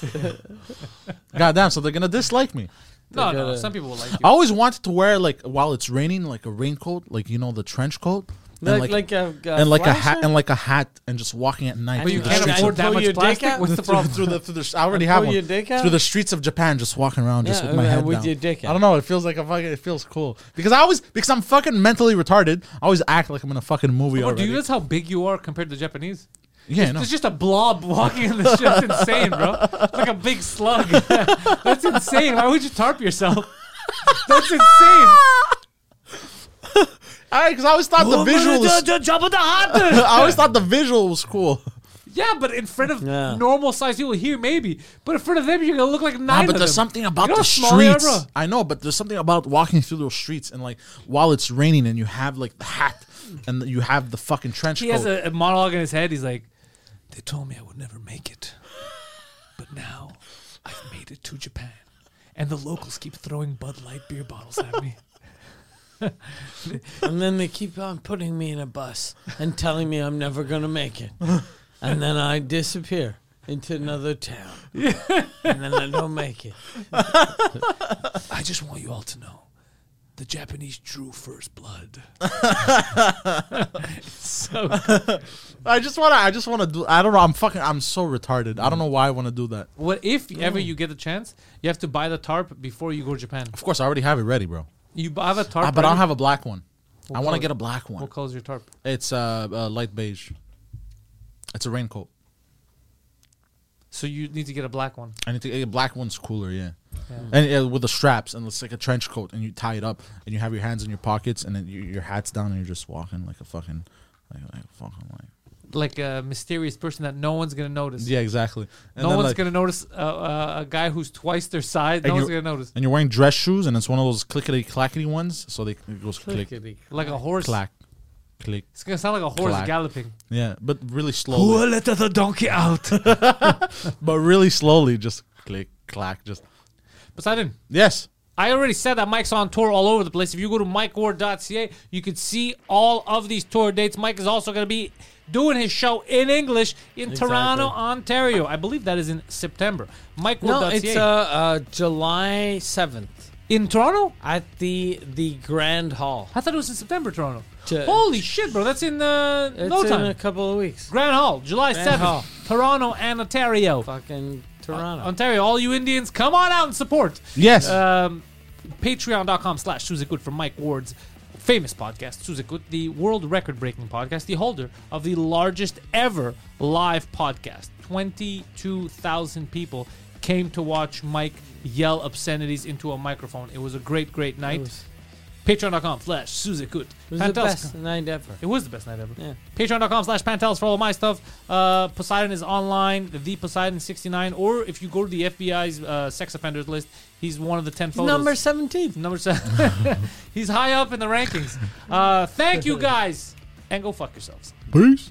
Speaker 3: Goddamn, so they're gonna dislike me.
Speaker 1: No, no. Some people will like
Speaker 3: I
Speaker 1: you.
Speaker 3: always wanted to wear like while it's raining, like a raincoat, like you know the trench coat, and
Speaker 2: Like- like a- a
Speaker 3: and like a hat
Speaker 2: flasher?
Speaker 3: and like a hat, and just walking at night.
Speaker 1: But
Speaker 3: through
Speaker 1: you
Speaker 3: the
Speaker 1: can't
Speaker 3: streets
Speaker 1: afford
Speaker 3: of-
Speaker 1: that
Speaker 2: pull your
Speaker 1: much
Speaker 2: dick
Speaker 1: plastic.
Speaker 2: out?
Speaker 1: What's the problem?
Speaker 3: through the through the. I already have
Speaker 2: pull
Speaker 3: one.
Speaker 2: your dick out?
Speaker 3: Through the streets of Japan, just walking around, just
Speaker 2: Yeah,
Speaker 3: with my
Speaker 2: uh,
Speaker 3: head
Speaker 2: with
Speaker 3: down.
Speaker 2: your dick
Speaker 3: I
Speaker 2: out.
Speaker 3: don't know. It feels like a fucking. It feels cool because I always because I'm fucking mentally retarded. I always act like I'm in a fucking
Speaker 2: Oh,
Speaker 1: Bro,
Speaker 3: movie
Speaker 1: do
Speaker 3: already.
Speaker 1: you notice how big you are compared to the Japanese?
Speaker 3: yeah, no.
Speaker 1: There's just a blob walking in the shit. That's insane, bro. It's like a big slug. That's insane. Why would you tarp yourself? That's insane.
Speaker 3: All right, because I always thought the visual. Was, I always thought the visual was cool.
Speaker 1: Yeah, but in front of
Speaker 2: Yeah.
Speaker 1: normal sized people here, maybe. But in front of them, you're gonna look like nine.
Speaker 3: Nah,
Speaker 1: of
Speaker 3: Ah, but there's
Speaker 1: them.
Speaker 3: something about
Speaker 1: You know
Speaker 3: the
Speaker 1: how small they are,
Speaker 3: streets.
Speaker 1: bro?
Speaker 3: I know, but there's something about walking through those streets and like while it's raining and you have like the hat and you have the fucking trench
Speaker 1: He
Speaker 3: coat.
Speaker 1: has a, a monologue in his head. He's like, "They told me I would never make it, but now I've made it to Japan, and the locals keep throwing Bud Light beer bottles at me."
Speaker 2: And then they keep on putting me in a bus and telling me I'm never going to make it. And then I disappear into another town. And then I don't make it.
Speaker 1: I just want you all to know the Japanese drew first blood. so
Speaker 3: I just wanna. I just wanna do. I don't know. I'm fucking. I'm so retarded. I don't know why I want to do that.
Speaker 1: what if ever you get a chance, you have to buy the tarp before you go to Japan.
Speaker 3: Of course, I already have it ready, bro.
Speaker 1: You b- have a tarp,
Speaker 3: Uh, but I don't
Speaker 1: ready?
Speaker 3: have a black one. I want
Speaker 1: color?
Speaker 3: to get a black one.
Speaker 1: What color is your tarp?
Speaker 3: It's uh, uh light beige. It's a raincoat.
Speaker 1: So you need to get a black one.
Speaker 3: I need to a black one's cooler, yeah. And uh, with the straps, and it's like a trench coat, and you tie it up, and you have your hands in your pockets, and then you, your hat's down, and you're just walking like a fucking, like, like fucking like.
Speaker 1: Like a mysterious person that no one's gonna notice.
Speaker 3: Yeah, exactly. And
Speaker 1: no
Speaker 3: then,
Speaker 1: one's
Speaker 3: like-
Speaker 1: gonna notice uh, uh, a guy who's twice their size. No
Speaker 3: and
Speaker 1: one's
Speaker 3: you're-
Speaker 1: gonna notice.
Speaker 3: And you're wearing dress shoes, and it's one of those clickety clackety ones, so they it goes click,
Speaker 2: Clickety.
Speaker 1: Like a horse.
Speaker 3: clack, click.
Speaker 1: It's gonna sound like a horse
Speaker 3: Clack.
Speaker 1: galloping.
Speaker 3: Yeah, but really slowly.
Speaker 1: let the donkey out?
Speaker 3: but really slowly, just click, clack, just
Speaker 1: Poseidon.
Speaker 3: yes.
Speaker 1: I already said that Mike's on tour all over the place. If you go to mikeward.ca, you can see all of these tour dates. Mike is also going to be doing his show in English in Toronto, Ontario. I believe that is in September.
Speaker 2: No,
Speaker 1: Mikeward.ca.
Speaker 2: it's uh, uh, July 7th
Speaker 1: in Toronto?
Speaker 2: at the the Grand Hall.
Speaker 1: I thought it was in September, Toronto.
Speaker 2: Ju-
Speaker 1: Holy shit, bro. That's in uh,
Speaker 2: It's
Speaker 1: no
Speaker 2: in
Speaker 1: time.
Speaker 2: a couple of weeks.
Speaker 1: Grand Hall, July
Speaker 2: Grand
Speaker 1: 7th,
Speaker 2: Hall.
Speaker 1: Toronto and Ontario.
Speaker 2: Fucking Toronto.
Speaker 1: Ontario, all you Indians, come on out and support.
Speaker 3: Yes.
Speaker 1: Um, Patreon.com slash Susie Good for Mike Ward's famous podcast, Suzekut, the world record breaking podcast, the holder of the largest ever live podcast. 22,000 people came to watch Mike yell obscenities into a microphone. It was a great, great night.
Speaker 2: was-
Speaker 1: Patreon.com slash Suzekut.
Speaker 2: It was the best night ever.
Speaker 1: It was the best night ever.
Speaker 2: Yeah.
Speaker 1: Patreon.com slash Pantelis for all of my stuff. Uh, Poseidon is online, the Poseidon69, or if you go to the FBI's uh, sex offenders list, he's one of the 10 photos.
Speaker 2: Number 17.
Speaker 1: Number seven. he's high up in the rankings. Uh, thank you guys, and go fuck yourselves.
Speaker 3: Peace.